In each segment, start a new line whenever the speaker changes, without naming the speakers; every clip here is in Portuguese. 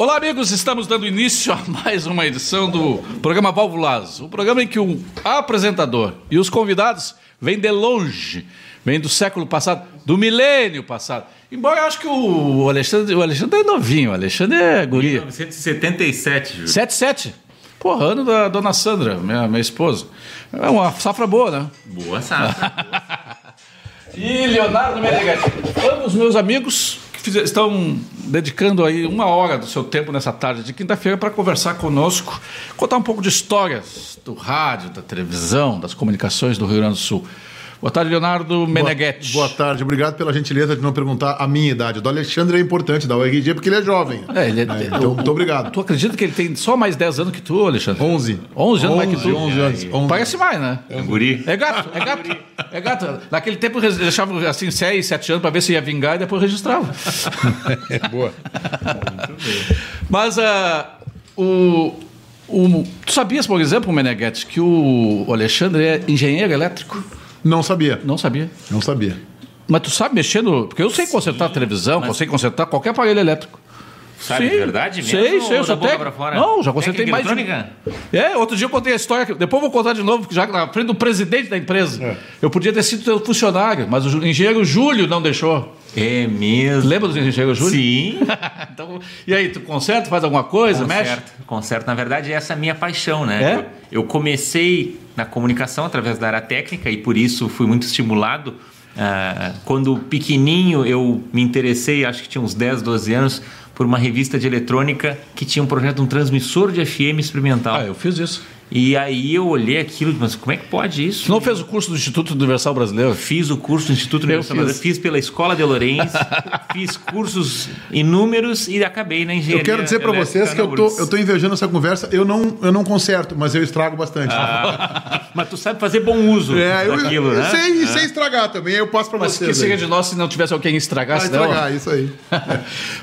Olá, amigos! Estamos dando início a mais uma edição do programa Válvulas, o programa em que o apresentador e os convidados vêm de longe, vêm do século passado, do milênio passado. Embora eu acho que o Alexandre, o Alexandre é novinho, o Alexandre é guria.
1977, Júlio.
77? Porra, ano da dona Sandra, minha, minha esposa. É uma safra boa, né?
Boa safra.
E Leonardo Menegatti. Ambos meus amigos que fizer- estão dedicando aí uma hora do seu tempo nessa tarde de quinta-feira para conversar conosco, contar um pouco de histórias do rádio, da televisão, das comunicações do Rio Grande do Sul. Boa tarde, Leonardo Meneghetti.
Boa tarde, obrigado pela gentileza de não perguntar a minha idade. O do Alexandre é importante dar o RG porque ele é jovem.
É, ele é-
então, muito obrigado.
Tu acredita que ele tem só mais 10 anos que tu, Alexandre?
11.
11 anos mais que tu.
11 anos. 11.
Parece mais, né?
É um guri.
É gato, é gato. É gato. Naquele tempo res- deixava assim 6, 7 anos para ver se ia vingar e depois registrava.
É, boa.
Mas ah, o, o. Tu sabias, por exemplo, Meneghetti, que o Alexandre é engenheiro elétrico?
Não sabia.
Não sabia.
Não sabia.
Mas tu sabe mexer no. Porque eu sei consertar televisão, eu sei consertar qualquer aparelho elétrico.
Sabe de verdade mesmo?
Sei, sei,
ou
eu sou
da boca
técnico.
pra fora?
Não, já consertei
Técnica
mais. de-
eletrônica?
É, outro dia eu contei a história, que- depois eu vou contar de novo, já que tá na frente do presidente da empresa. Eu podia ter sido teu funcionário, mas o Ju- engenheiro Júlio não deixou.
É mesmo.
Lembra do engenheiro Júlio?
Sim.
então, e aí, tu conserta, faz alguma coisa, mexe?
Concerto. Concerto, na verdade, essa é a minha paixão, né?
É?
Eu eu comecei na comunicação através da área técnica e por isso fui muito estimulado. Ah, quando pequenininho eu me interessei, acho que tinha uns 10, 12 anos, por uma revista de eletrônica que tinha um projeto de um transmissor de FM experimental.
Ah, eu fiz isso.
E aí eu olhei aquilo e disse, mas como é que pode isso?
Tu não fez o curso do Instituto Universal Brasileiro?
Fiz o curso do Instituto Universal
fiz.
fiz. fiz pela Escola de Lourenço, fiz cursos inúmeros e acabei na engenharia.
Eu
é-
quero dizer pra
elétrica
vocês que
na
eu tô,
URGS.
eu tô invejando essa conversa. Eu não, eu não conserto, mas eu estrago bastante.
Ah,
Mas tu sabe fazer bom uso
É, eu,
daquilo,
eu
né?
sei, sei estragar também. Eu passo pra
Ah. Mas que
vocês.
seria
aí.
de nós se não tivesse alguém estragar,
Vai
senão-
estragar, é. isso aí.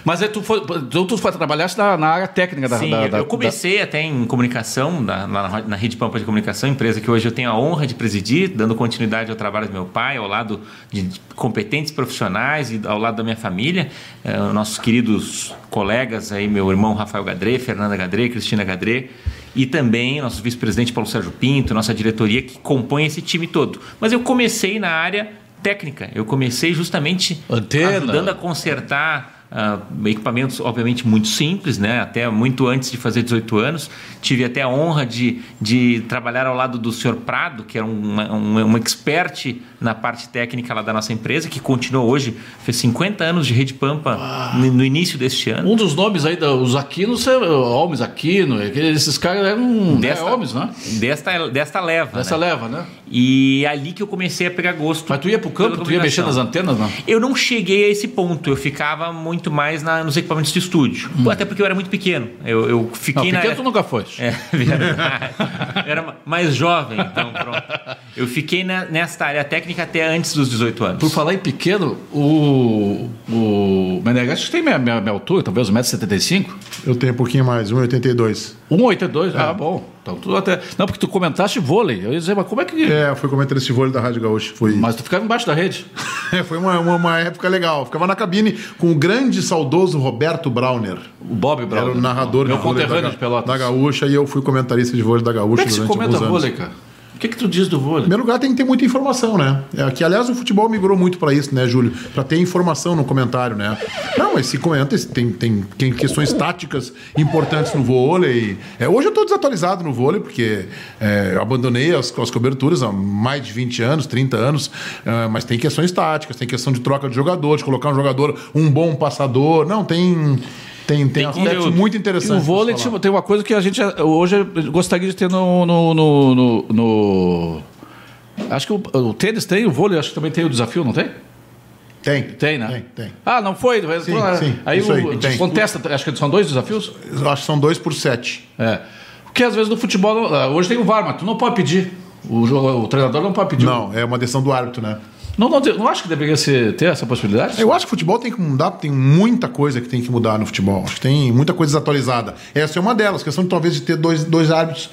Mas aí tu foi, tu, tu foi trabalhaste na, na área técnica da
Sim,
da-
eu-
da-
eu comecei até em comunicação, na, na, na Rede Pampa de Comunicação, empresa que hoje eu tenho a honra de presidir, dando continuidade ao trabalho do meu pai, ao lado de competentes profissionais e ao lado da minha família, eh, nossos queridos colegas aí, meu irmão Rafael Gadré, Fernanda Gadré, Cristina Gadré, e também nosso vice-presidente Paulo Sérgio Pinto, nossa diretoria que compõe esse time todo. Mas eu comecei na área técnica, eu comecei justamente
Antena.
ajudando a consertar ah, equipamentos, obviamente, muito simples, né? Até muito antes de fazer 18 anos. Tive até a honra de, de trabalhar ao lado do senhor Prado, que era uma- um, um expert na parte técnica lá da nossa empresa, que continua hoje, fez 50 anos de Rede Pampa
Ah.
no, no início deste ano.
Um dos nomes aí, da- os Aquinos, é, Holmes Aquino, aqueles- esses caras eram é,
Desta-
Holmes, né?
Desta, desta leva.
Dessa
né?
leva, né?
E é ali que eu comecei a pegar gosto.
Mas tu ia pro campo,
pela
tu ia mexer nas
comunicação.
antenas, não?
Eu não cheguei a esse ponto, eu ficava muito mais na- nos equipamentos de estúdio. Até porque eu era muito pequeno. Eu, eu
Hum. Não,
fiquei na.
pequeno tu nunca foi.
É, verdade. Eu era mais jovem, então pronto. Eu fiquei na, nesta área técnica até antes dos 18 anos.
Por falar em pequeno, o, o Menegas tem minha, minha, minha altura, talvez 1,75m.
Eu tenho um pouquinho mais, 1,82.
1,82m,
É.
ah, bom. Então, tu até... Não, porque tu comentaste vôlei. Eu ia dizer, mas como é que...
É, foi comentar esse vôlei da Rádio Gaúcho. Foi.
Mas tu ficava embaixo da rede.
É, foi uma, uma, uma época legal. Ficava na cabine com o grande e saudoso Roberto Browner.
O Bob Brown.
Era o narrador
Meu
de vôlei
conterrâneo
da,
de Pelotas.
da Gaúcha e eu fui comentarista de vôlei da Gaúcha
Como é que se
durante
comenta
alguns anos.
vôlei, cara? O que, que tu diz do vôlei?
Em primeiro lugar, tem que ter muita informação, né? É, que, aliás, o futebol migrou muito para isso, né, Júlio? Para ter informação no comentário, né? Não, mas se comenta, se tem, tem, tem questões táticas importantes no vôlei. É, hoje eu estou desatualizado no vôlei, porque é, eu abandonei as, as coberturas há mais de 20 anos, 30 anos, é, mas tem questões táticas, tem questão de troca de jogador, de colocar um jogador, um bom passador. Não, tem, tem, tem, aspectos
conteúdo.
muito
E
interessantes.
o
pra se
vôlei
falar.
tipo, tem uma coisa que a gente eh, hoje gostaria de ter no. no, no, no- no- Acho que o, o tênis tem, o vôlei acho que também tem o desafio, não tem?
Tem.
Tem, né?
Tem, tem.
Ah, não foi? Mas,
Sim,
ah,
sim,
aí
isso
o,
aí, tem.
contesta, acho que são dois desafios?
Eu acho que são dois por sete.
É. Porque às vezes no futebol. não- ah, Hoje tem o VAR, mas tu não pode pedir. O, jogo- o treinador não pode pedir.
Não, é uma decisão do árbitro, né?
Não, não, não acho que deveria ser, ter essa possibilidade?
É, Eu acho que o futebol tem que mudar, tem muita coisa que tem que mudar no futebol. Acho que tem muita coisa desatualizada. Essa é uma delas, questão de talvez de ter dois, dois árbitros.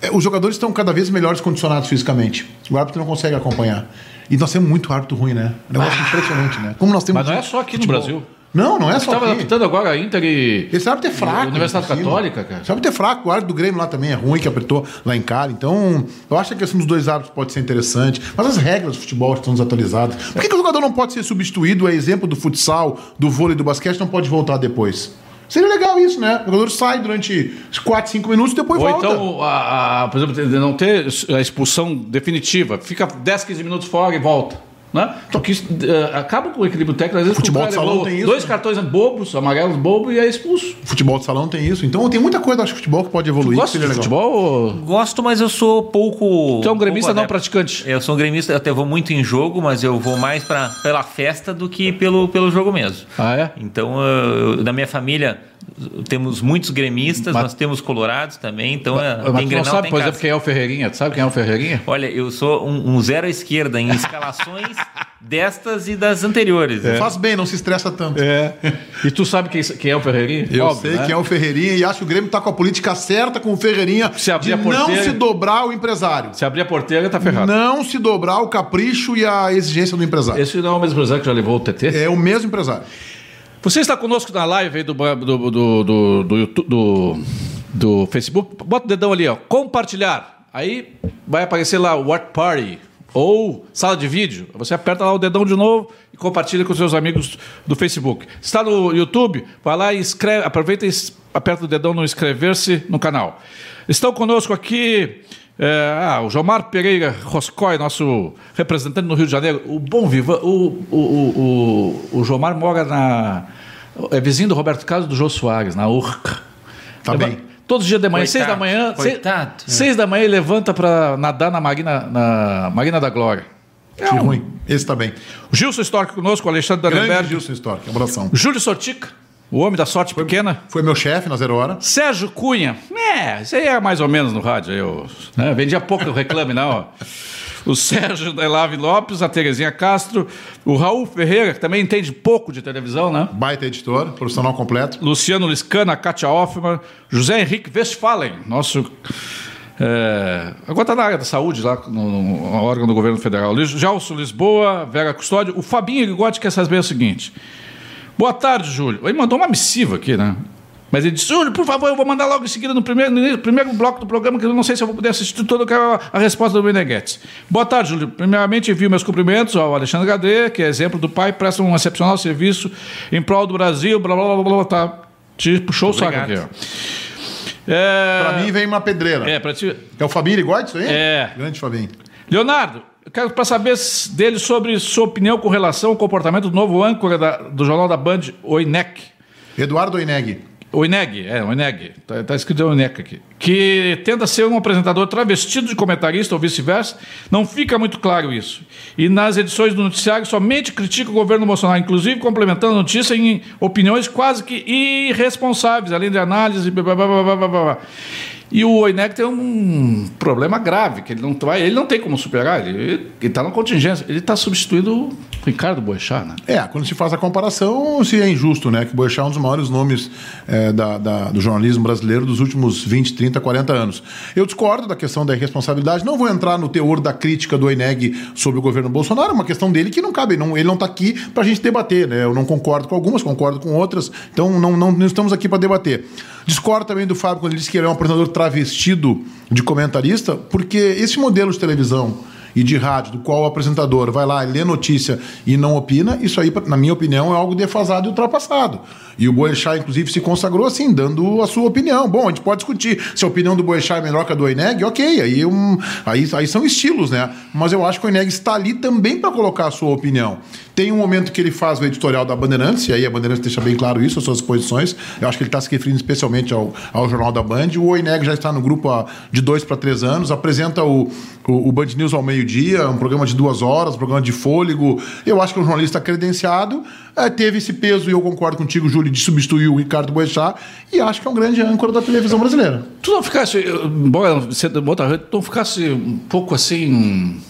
É, Os jogadores estão cada vez melhores condicionados fisicamente. O árbitro não consegue
Ah.
acompanhar. E nós temos muito árbitro ruim, né? Um negócio É impressionante, né? Como nós temos
Mas não é só aqui no Brasil.
Não, não é só
Estava
aqui.
apitando agora a Inter e.
Esse árbitro é fraco.
Universidade
inclusive.
Católica, cara.
Esse árbitro é fraco. O árbitro do Grêmio lá também é ruim, que apertou lá em cara. Então, eu acho que a questão dos dois árbitros pode ser interessante. Mas as regras do futebol estão desatualizadas. Por que, que o jogador não pode ser substituído? É exemplo do futsal, do vôlei, do basquete, não pode voltar depois. Seria legal isso, né? O jogador sai durante 4, 5 minutos e depois
Ou
volta.
então, a- a- por exemplo, de não ter a expulsão definitiva. Fica 10, 15 minutos fora e volta. Né? Só que isso, eh, acaba com o equilíbrio técnico. Às vezes
Futebol
o cara
de salão
levou
tem isso,
Dois
né?
cartões bobos, amarelos bobos e é expulso.
O futebol de salão tem isso. Então, tem muita coisa, acho, que futebol que pode evoluir. que
Gosta
seria
de
legal.
futebol? ou-
Gosto, mas eu sou pouco.
Tu é um gremista
pouco
não
adepto.
praticante.
Eu sou um gremista, eu até vou muito em jogo, mas eu vou mais pra, pela festa do que pelo, pelo jogo mesmo.
Ah, é?
Então, eu, da minha família, temos muitos gremistas,
Mas-
nós temos colorados também, então é,
Mas tu
tem
não
Grenal,
sabe,
tem
por
casa.
exemplo, quem é o Ferreirinha? Tu sabe quem é o Ferreirinha?
Olha, eu sou um, um zero à esquerda em escalações destas e das anteriores.
Faz bem, não se estressa tanto.
É. E tu sabe quem, quem é o Ferreirinha?
Eu
Óbvio,
sei
né?
que é o Ferreirinha e acho que o Grêmio tá com a política certa com o Ferreirinha
Se abrir
de
a
não
porteira-
se dobrar o empresário.
Se abrir a porteira, tá ferrado.
Não se dobrar o capricho e a exigência do empresário.
Esse não é o mesmo empresário que já levou o TT?
É o mesmo empresário.
Você está conosco na live aí do, ba- do, do, do, do, YouTube- do- do Facebook. Bota o dedão ali, ó. Compartilhar. Aí vai aparecer lá What Party ou sala de vídeo. Você aperta lá o dedão de novo e compartilha com seus amigos do Facebook. Se está no YouTube, vai lá e escreve. Aproveita e es- aperta o dedão no inscrever-se no canal. Estão conosco aqui. é, ah, o Jomar Pereira Roscoe, nosso representante no Rio de Janeiro, o bom vivan, o, o, o, o, o Jomar mora na, é vizinho do Roberto Carlos e do Jô Soares, na Urca.
Tá
Leva-
bem.
Todos os dias de manhã,
Coitado,
seis da manhã. seis-
coitado. É.
Seis, da manhã ele levanta para nadar na Marina, na Marina da Glória. É um
Que ruim. Esse tá bem.
Gilson Stork conosco, Alexandre
Grande
Danenberg.
Gilson Stork. Abração.
Júlio Sortica, o homem da sorte pequena.
Foi meu chefe na zero hora.
Sérgio Cunha. É, isso aí é mais ou menos no rádio. Eu, né? Vendia pouco no reclame, não. O Sérgio Delave Lopes, a Terezinha Castro, o Raul Ferreira, que também entende pouco de televisão, né?
Baita editor, profissional completo.
Luciano Liscana, Kátia Hoffmann, José Henrique Westphalen, nosso. É, agora está na área da saúde, lá no, no órgão do governo federal. Lis- Jalso Lisboa, Vera Custódio. O Fabinho Rigotti quer saber o seguinte. Boa tarde, Júlio. Ele mandou uma missiva aqui, né? Mas ele disse, Júlio, por favor, eu vou mandar logo em seguida no primeiro, no primeiro bloco do programa, que eu não sei se eu vou poder assistir todo, eu quero a resposta do Meneghete. Boa tarde, Júlio. Primeiramente, envio meus cumprimentos ao Alexandre Gadê, que é exemplo do pai, presta um excepcional serviço em prol do Brasil, blá, blá, blá, blá, blá, tá. Te puxou o
Obrigado.
saco aqui, ó. É...
Pra mim vem uma pedreira.
É,
É,
pra ti...
o Fabinho Rigóide, isso aí?
É.
Grande Fabinho.
Leonardo, eu quero para saber s- dele sobre sua opinião com relação ao comportamento do novo âncora da- do Jornal da Band, o INEC.
Eduardo Oineg.
O Ineg, é, o Ineg. Tá, tá escrito o Ineg aqui. Que tenta ser um apresentador travestido de comentarista ou vice-versa. Não fica muito claro isso. E nas edições do noticiário somente critica o governo Bolsonaro, inclusive complementando a notícia em opiniões quase que irresponsáveis, além de análise. Blá, blá, blá, blá, blá, blá. E o Oineg tem um problema grave, que ele não, vai- ele não tem como superar, ele está na contingência. Ele está substituindo o Ricardo Boechat, né?
É, quando se faz a comparação, se é injusto, né? Que Boechat é um dos maiores nomes é, da- da- do jornalismo brasileiro dos últimos 20, 30, 40 anos. Eu discordo da questão da irresponsabilidade, não vou entrar no teor da crítica do Eneg sobre o governo Bolsonaro, é uma questão dele que não cabe, não- ele não está aqui para a gente debater, né? Eu não concordo com algumas, concordo com outras, então não, não- não estamos aqui para debater. Discordo também do Fábio quando ele disse que ele é um apresentador travestido de comentarista, porque esse modelo de televisão e de rádio, do qual o apresentador vai lá e lê notícia e não opina, isso aí, na minha opinião, é algo defasado e ultrapassado. E o Boechat, inclusive, se consagrou assim, dando a sua opinião. Bom, a gente pode discutir se a opinião do Boechat é melhor que a do Eneg, ok, aí, um, aí, aí são estilos, né? Mas eu acho que o Eneg está ali também para colocar a sua opinião. Tem um momento que ele faz o editorial da Bandeirantes, e aí a Bandeirantes deixa bem claro isso, as suas posições. Eu acho que ele está se referindo especialmente ao, ao Jornal da Band. O Oineg já está no grupo há de dois para três anos, apresenta o, o, o Band News ao meio-dia, um programa de duas horas, um programa de fôlego. Eu acho que é um jornalista credenciado, eh, teve esse peso, e eu concordo contigo, Júlio, de substituir o Ricardo Boechat, e acho que é um grande âncora da televisão brasileira.
Tu não ficasse, eh, embora sendo outra rede, tu não ficasse um pouco um assim.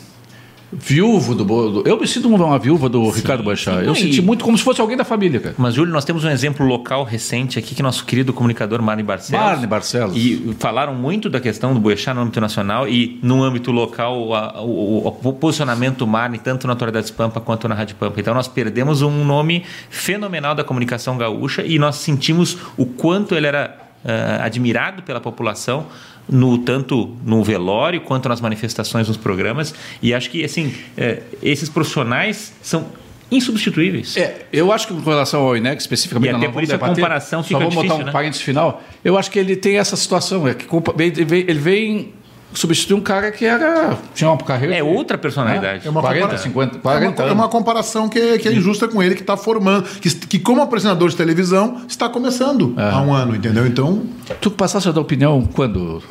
viúvo do, Bo- do- Eu me sinto uma viúva do Ricardo Boechat. Eu
e-
senti muito como se fosse alguém da família, cara.
Mas, Júlio, nós temos um exemplo local recente aqui que nosso querido comunicador Marne Barcelos.
Marne Barcelos.
E falaram muito da questão do Boechat no âmbito nacional e no âmbito local a- o, o- o posicionamento do Marne, tanto na Autoridades Pampa quanto na Rádio Pampa. Então, nós perdemos um nome fenomenal da comunicação gaúcha e nós sentimos o quanto ele era ah, admirado pela população no tanto no velório quanto nas manifestações nos programas e acho que assim eh, esses profissionais são insubstituíveis
É, eu acho que com relação ao INEC
E
especificamente, nós
até
não
por
vamos
isso a
debater,
comparação fica
só vamos
difícil,
botar um
né?
parênteses final. Eu acho que ele tem essa situação, é que compa- ele vem, ele vem substituir um cara que era tinha uma carreira de-
É outra personalidade.
É uma
40,
compara-
50,
é,
40
uma, é uma comparação que, que é injusta com ele, que está formando, que, que como apresentador de televisão está começando há um ano, entendeu? Então,
Tu passaste a tua opinião quando,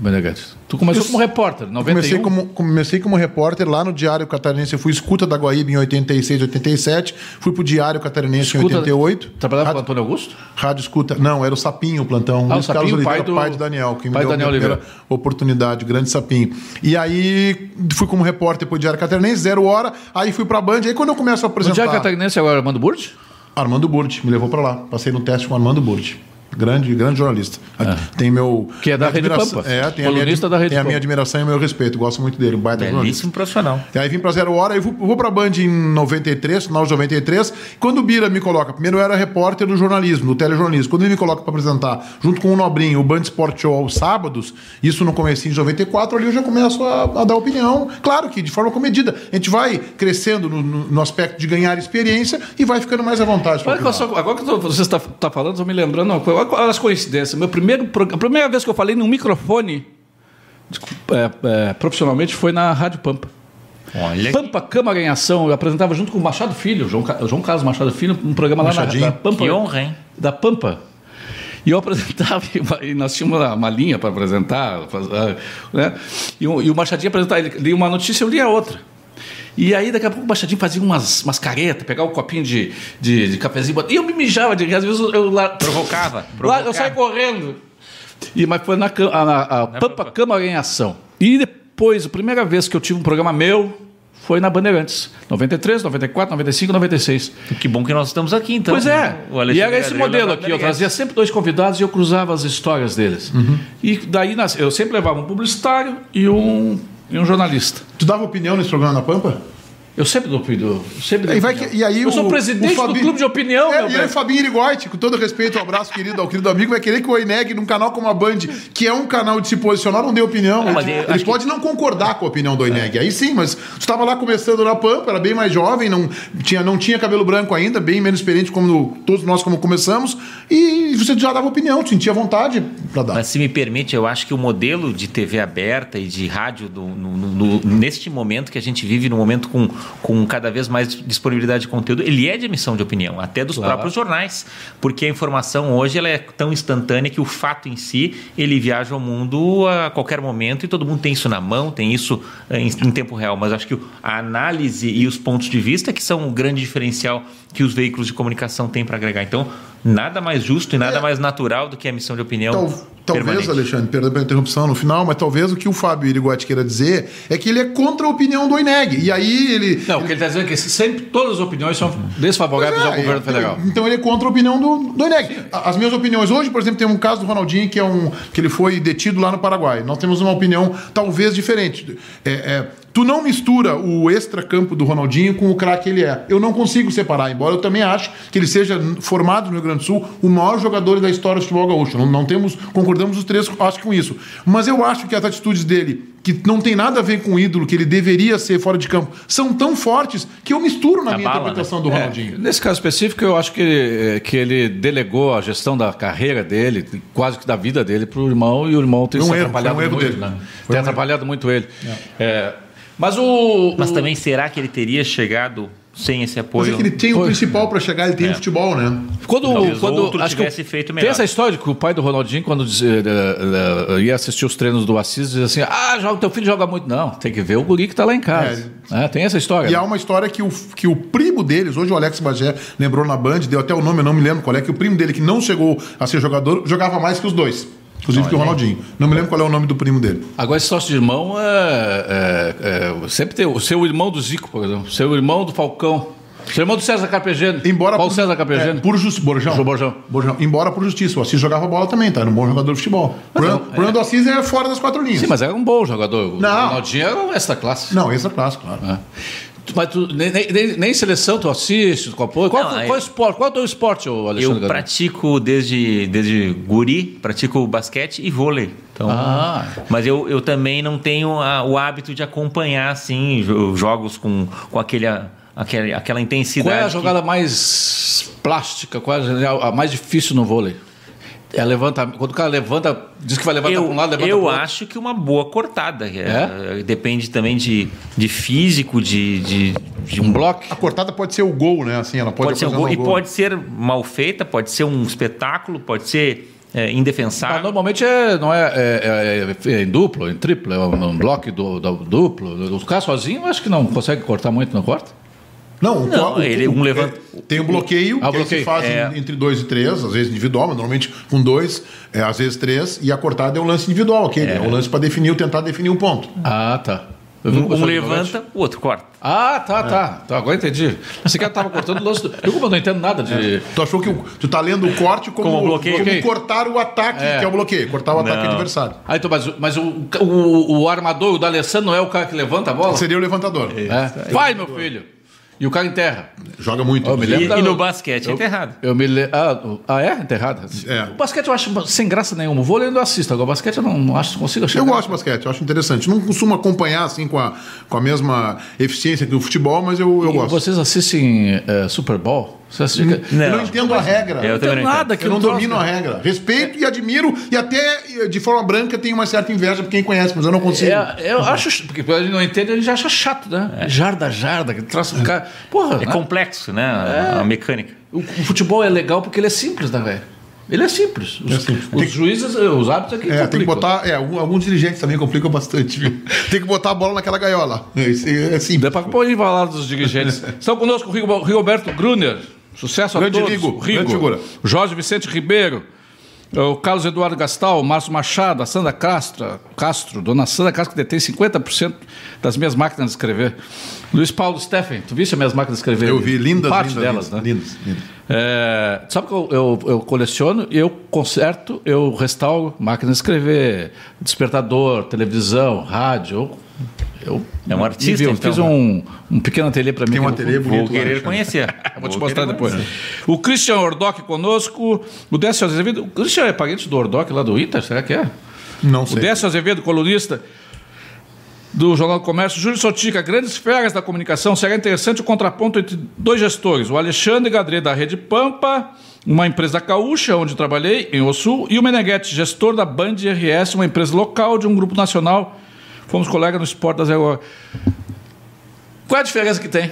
Menegatti? Tu começou
Eu
como repórter, 91.
comecei como, comecei como repórter lá no Diário Catarinense, eu fui escuta da Guaíba em 86, 87, fui pro Diário Catarinense
Escuta-
em 88.
Trabalhava com o
Rádio-
Antônio Augusto?
Rádio Escuta. Não, era o Sapinho, o plantão.
Ah, o
Luiz
Sapinho,
Carlos
pai
Oliveira,
do-
pai do Daniel, que me
pai do
deu
Daniel
a primeira
Oliveira.
oportunidade, grande Sapinho. E aí fui como repórter pro Diário Catarinense, zero hora, aí fui pra Band, aí quando eu começo a
No
apresentar...
Diário Catarinense agora Armando Burti?
Armando Burt, me levou para lá. Passei no teste com Armando Burt. Grande, grande jornalista. Tem meu.
Que é da
minha
Rede
admiração-
Pampa.
É, tem a, minha,
Colunista da
admi-
Rede
tem a minha
Pampa.
admiração e o meu respeito. Gosto muito dele, um baita jornalista.
Belíssimo profissional.
E Aí vim pra Zero Hora, aí vou, vou pra Band em 93, final de 93. Quando o Bira me coloca, primeiro eu era repórter do jornalismo, do telejornalismo. Quando ele me coloca pra apresentar, junto com o Nobrinho, o Band Sport Show aos sábados, isso no comecinho de 94, ali eu já começo a, a dar opinião. Claro que de forma comedida. A gente vai crescendo no, no- no aspecto de ganhar experiência e vai ficando mais à vontade. pra
Olha que eu
opinar.
só- agora que eu tô- você está tá falando, estou me lembrando uma coisa. Olha qual- Olha as coincidências. Meu primeiro, prog- a primeira vez que eu falei num microfone desculpa, é, é, profissionalmente foi na Rádio Pampa.
Olha.
Pampa Câmara em Ação, eu apresentava junto com o Machado Filho, o João, Ca- o João Carlos Machado Filho, um programa lá na,
Machadinho.
da Pampa.
Que honra, hein?
Da Pampa. E eu apresentava, e nós tínhamos uma, uma linha para apresentar, faz- ah, né? e, o, e o Machadinho apresentava, ele lia uma notícia, eu lia outra. E aí, daqui a pouco, o Machadinho fazia umas, umas caretas, pegava um copinho de, de, de cafezinho, botava- e eu me mijava, de, rir, às vezes eu, eu lá,
Provocava,
Lá,
provocava.
eu saía correndo. E, mas foi na, cam- a- na- a Pampa
Pampa.
Câmara em Ação. E depois, a primeira vez que eu tive um programa meu foi na Bandeirantes. 93, 94, 95, 96.
Que bom que nós estamos aqui, então.
pois é.
O Alexandre
E era esse
Gabriel
modelo
da-
aqui. Eu
da-
trazia sempre dois convidados e eu cruzava as histórias deles.
Uhum.
E daí nas- eu sempre levava um publicitário e um, e um jornalista.
Tu dava opinião nesse programa na Pampa?
Eu sempre dou opinião. Sempre dou
E vai
opinião.
que- e aí
eu
o-
sou presidente
o Fabi-
do clube de opinião,
É,
meu
e aí,
velho.
o Fabinho Irigoite, com todo respeito, um abraço querido ao querido amigo, vai querer que o Eneg, num canal como a Band, que é um canal de se posicionar, não dê opinião.
mas eu
ele
acho que-
pode não concordar com a opinião do Eneg. Aí sim, mas tu estava lá começando na Pampa, era bem mais jovem, não tinha, não tinha cabelo branco ainda, bem menos experiente como no- todos nós como começamos, e você já dava opinião, sentia vontade para dar.
Mas se me permite, eu acho que o modelo de TV aberta e de rádio do- no- no- no- neste momento que a gente vive, no momento com, com cada vez mais disponibilidade de conteúdo, ele é de emissão de opinião, até dos próprios jornais, porque a informação hoje ela é tão instantânea que o fato em si ele viaja ao mundo a qualquer momento e todo mundo tem isso na mão, tem isso eh, em, em tempo real. Mas acho que o- a análise e os pontos de vista que são o grande diferencial que os veículos de comunicação têm para agregar. Então Nada mais justo e nada mais natural do que a emissão de opinião
Tal- talvez,
permanente.
Alexandre, perdão pela interrupção no final, mas talvez o que o Fábio Irigotti queira dizer é que ele é contra a opinião do Eneg. E aí ele.
Não, o que ele está dizendo é que sempre todas as opiniões são desfavoráveis
Pois é,
ao governo
então-
federal.
Então ele é contra a opinião do, do Eneg. A- As minhas opiniões hoje, por exemplo, tem um caso do Ronaldinho que é um que ele foi detido lá no Paraguai. Nós temos uma opinião talvez diferente. É, é, tu não mistura o extracampo do Ronaldinho com o craque que ele é. Eu não consigo separar, embora eu também acho que ele seja formado no Rio Grande do Sul o maior jogador da história do futebol gaúcho. Não, não temos, concordamos os três, acho com isso. Mas eu acho que as atitudes dele que não tem nada a ver com o ídolo que ele deveria ser fora de campo, são tão fortes que eu misturo na
A
minha
bala,
interpretação
né?
do Ronaldinho.
É, Nesse caso específico, eu acho que ele, eh, que ele delegou a gestão da carreira dele, quase que da vida dele, para o irmão, e o irmão tem
Foi
se
um erro,
atrapalhado
foi um erro
muito.
dele.
Né?
Foi
Tem
um
atrapalhado muito ele. É, mas o.
Mas
o-
também será que ele teria chegado sem esse
Mas
apoio?
é que ele tem o
Foi.
principal pra chegar, ele tem o futebol, né?
Quando,
Talvez
quando
outro
que o-
tivesse feito
Tem
melhor.
essa história de que o pai do Ronaldinho, quando diz- eh, eh, eh, ia assistir os treinos do Assis, diz assim: Ah, joga, teu filho joga muito. Não, tem que ver o guri que está lá em casa. É, tem essa história.
E
né?
há uma história que o, que o primo deles, hoje o Alex Bagé lembrou na Band, deu até o nome, eu não me lembro qual é, que o primo dele, que não chegou a ser jogador, jogava mais que os dois. Inclusive que o Ronaldinho. Não me lembro qual é o nome do primo dele.
Agora, esse sócio de irmão é, é- é- Sempre tem o seu irmão do Zico, por exemplo. Seu irmão do Falcão. Seu irmão do César Carpegiani.
Embora
Qual
por-
César Carpegiani?
É, por justiça. Borjão.
João Borjão.
Borjão. Embora por justiça. O Assis jogava bola também, tá? Era um bom jogador de futebol. O problema, o problema do Assis é fora das quatro linhas.
Sim, mas era um bom jogador. O
Não.
Ronaldinho era um extra classe.
Não, esse é clássico, claro.
né? Tu- Mas tu, nem, nem- nem- nem seleção tu assiste, tu apoia. Qual,
Não,
qual,
aí-
qual esporte? Qual é o teu esporte, ô
Eu
Alexandre? Gadelha?
pratico desde, desde guri, pratico basquete e vôlei. Então,
Ah.
Mas eu, eu também não tenho a- o hábito de acompanhar assim, jo- jogos com, com aquele, a- aquele, aquela intensidade.
Qual é a
que-
jogada mais plástica? Qual é a, a mais difícil no vôlei? É levanta. Quando o cara levanta, diz que vai levantar
Eu,
para um lado, levanta
eu
pro outro.
acho que uma boa cortada. é. Depende também de, de físico, de, de, de
Um bloco.
A cortada pode ser o gol, né? Assim, ela pode,
Pode ser um
ocasionar
gol, e
o
pode ser mal feita, pode ser um espetáculo, pode ser é,
Mas
indefensável.
normalmente é, não é, é- é- é em duplo, em triplo, é um, um bloco do, do- duplo. O cara sozinho, eu acho que não consegue cortar muito, não corta?
Não, o
Não,
co- o-
ele-
o-
um levanta-
é, Tem um bloqueio,
Ah,
que aí
bloqueio.
se faz
É.
em- entre dois e três, às vezes individual, mas normalmente com dois, é, às vezes três, e a cortada é um lance individual, ok? É, um lance para definir, tentar definir um ponto.
Ah, tá. Eu vi
Um, um
pessoal ignorante.
levanta, É. o outro corta.
Ah, tá, tá, tá. Agora entendi. Esse cara tava cortando o lance do. Eu como eu não entendo nada
É.
de.
Tu achou que o- tu tá lendo o corte como,
Como bloqueio.
Ok.
como cortar o ataque, que é o bloqueio, cortar o ataque
Não.
adversário.
Ah, então, mas, o- mas o, o, o armador, o da Alessandro, não é o cara que levanta a bola?
Seria o levantador.
É. Vai, meu filho! E o cara enterra.
Joga muito.
Eu me
E,
lembro da-
e no basquete é enterrado.
Eu me le... ah, o- ah, é? Enterrada?
É.
O basquete eu acho sem graça nenhuma. O vôlei eu ainda assisto. Agora, o basquete eu não, não acho, consigo achar.
Eu gosto de basquete, eu acho interessante. Não costumo acompanhar assim com a, com a mesma eficiência que o futebol, mas eu, eu
E
gosto.
Vocês assistem eh, Super Bowl? Você assiste...
Não.
Eu não entendo a regra.
Eu
É Eu,
também não entendo.
nada que
não
eu troço,
domino a
cara.
regra. Respeito e admiro, e até eh, de forma branca tenho uma certa inveja por quem conhece, mas eu não consigo.
É, eu acho, ch- porque a gente não entende, a gente acha chato, né? Jarda, jarda, que traça o cara. Porra,
É
né?
complexo, né? a- A mecânica.
o, o futebol é legal porque ele é simples, né, velho? Ele é simples. Os, os juízes, eh, os hábitos aqui.
É, tem que botar. É, algum- alguns dirigentes também complicam bastante, viu? Tem que botar a bola naquela gaiola. É, isso é
Dá
simples.
pra pode falar dos dirigentes. Estão conosco o Rigo- Rigoberto Gruner. Sucesso
Grande
a todos.
Rigo, grande figura.
Jorge Vicente Ribeiro. O Carlos Eduardo Gastal, o Márcio Machado, a Sandra Castro, Castro, dona Sandra Castro, que detém 50% das minhas máquinas de escrever. Luiz Paulo Steffen, tu viste as minhas máquinas de escrever?
Eu vi, lindas,
Parte
lindas,
delas,
lindas,
né?
lindas, lindas.
É, sabe que eu, eu, eu coleciono, eu conserto, eu restauro máquina de escrever, despertador, televisão, rádio. Eu, eu
É um artista,
vivi, eu
então,
fiz
né?
um, um pequeno ateliê para mim.
Tem um
que eu
ateliê bonito.
Vou
lá,
querer
né?
Alexandre.
conhecer.
Vou te mostrar depois. O Christian Ordoc conosco. O Décio Azevedo. O Christian é parente do Ordoc lá do Inter? Será que é?
Não
O
sei.
Décio Azevedo, colunista do Jornal do Comércio. Júlio Sotica, grandes feras da comunicação. Será interessante o contraponto entre dois gestores. O Alexandre Gadre, da Rede Pampa, uma empresa da Caúcha, onde trabalhei, em Ossul. E o Meneghetti, gestor da Band RS, uma empresa local de um grupo nacional. Fomos colegas no Esporte da Zé Goa. Qual é a diferença que tem?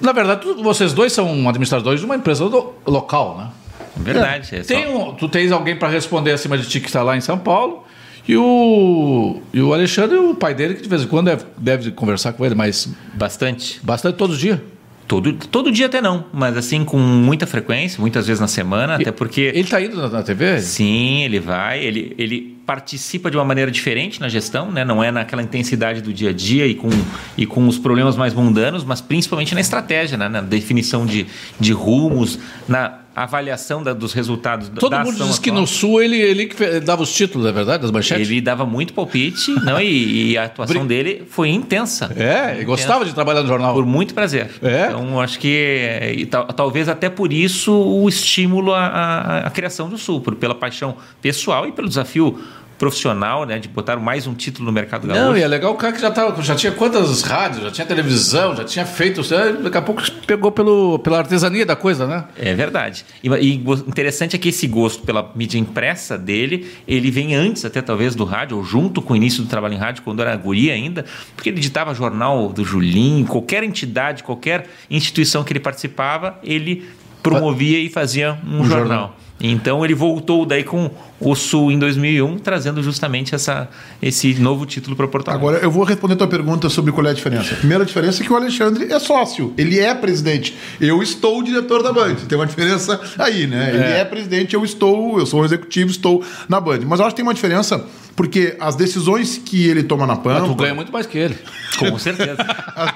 Na verdade, tu- vocês dois são administradores de uma empresa do- local, né?
Verdade. É só-
Tem um- tu tens alguém para responder acima de ti que está lá em São Paulo. E o, e o Alexandre, o pai dele, que de vez em quando deve, deve conversar com ele, mas
Bastante.
bastante todo dia.
Todo, todo dia até não, mas assim com muita frequência, muitas vezes na semana, até porque...
Ele está indo na, na TV?
Sim, ele vai, ele, ele participa de uma maneira diferente na gestão, né? não é naquela intensidade do dia a dia e com, e com os problemas mais mundanos, mas principalmente na estratégia, né? na definição de, de rumos, na avaliação da- dos resultados da-
Todo
da
mundo
ação
diz que
atual.
no Sul ele, ele que fe- dava os títulos, é verdade? Das manchetes?
Ele dava muito palpite não, e, e a atuação dele foi intensa.
É, ele gostava de trabalhar no jornal.
Por muito prazer.
É?
Então, acho que é, e tal- talvez até por isso o estímulo à, à- à criação do Sul, por, pela paixão pessoal e pelo desafio profissional, né, de botar mais um título no mercado gaúcho.
Não, e é legal o cara que já, tava, já tinha quantas rádios, já tinha televisão, já tinha feito. Daqui a pouco pegou pelo, pela artesania da coisa, né?
É verdade. E, e go- interessante é que esse gosto pela mídia impressa dele, ele vem antes até talvez do rádio, ou junto com o início do trabalho em rádio, quando era guri ainda, porque ele editava jornal do Julinho, qualquer entidade, qualquer instituição que ele participava, ele promovia e fazia um jornal.
jornal.
Então ele voltou daí com o Sul em 2001, trazendo justamente essa, esse novo título para Porto Alegre.
Agora eu vou responder tua pergunta sobre qual é a diferença. A primeira diferença é que o Alexandre é sócio, ele é presidente. Eu estou diretor da Band. Tem uma diferença aí, né? Ele é presidente, eu estou, eu sou um executivo, estou na Band. Mas eu acho que tem uma diferença porque as decisões que ele toma na Pampa,
Tu ganha muito mais que ele.
Com certeza.
as,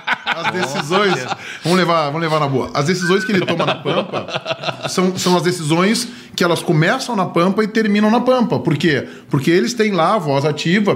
as decisões. Vamos levar, vamos levar na boa. As decisões que ele toma na Pampa são, são as decisões que elas começam na Pampa e terminam na Pampa. Por quê? Porque eles têm lá a voz ativa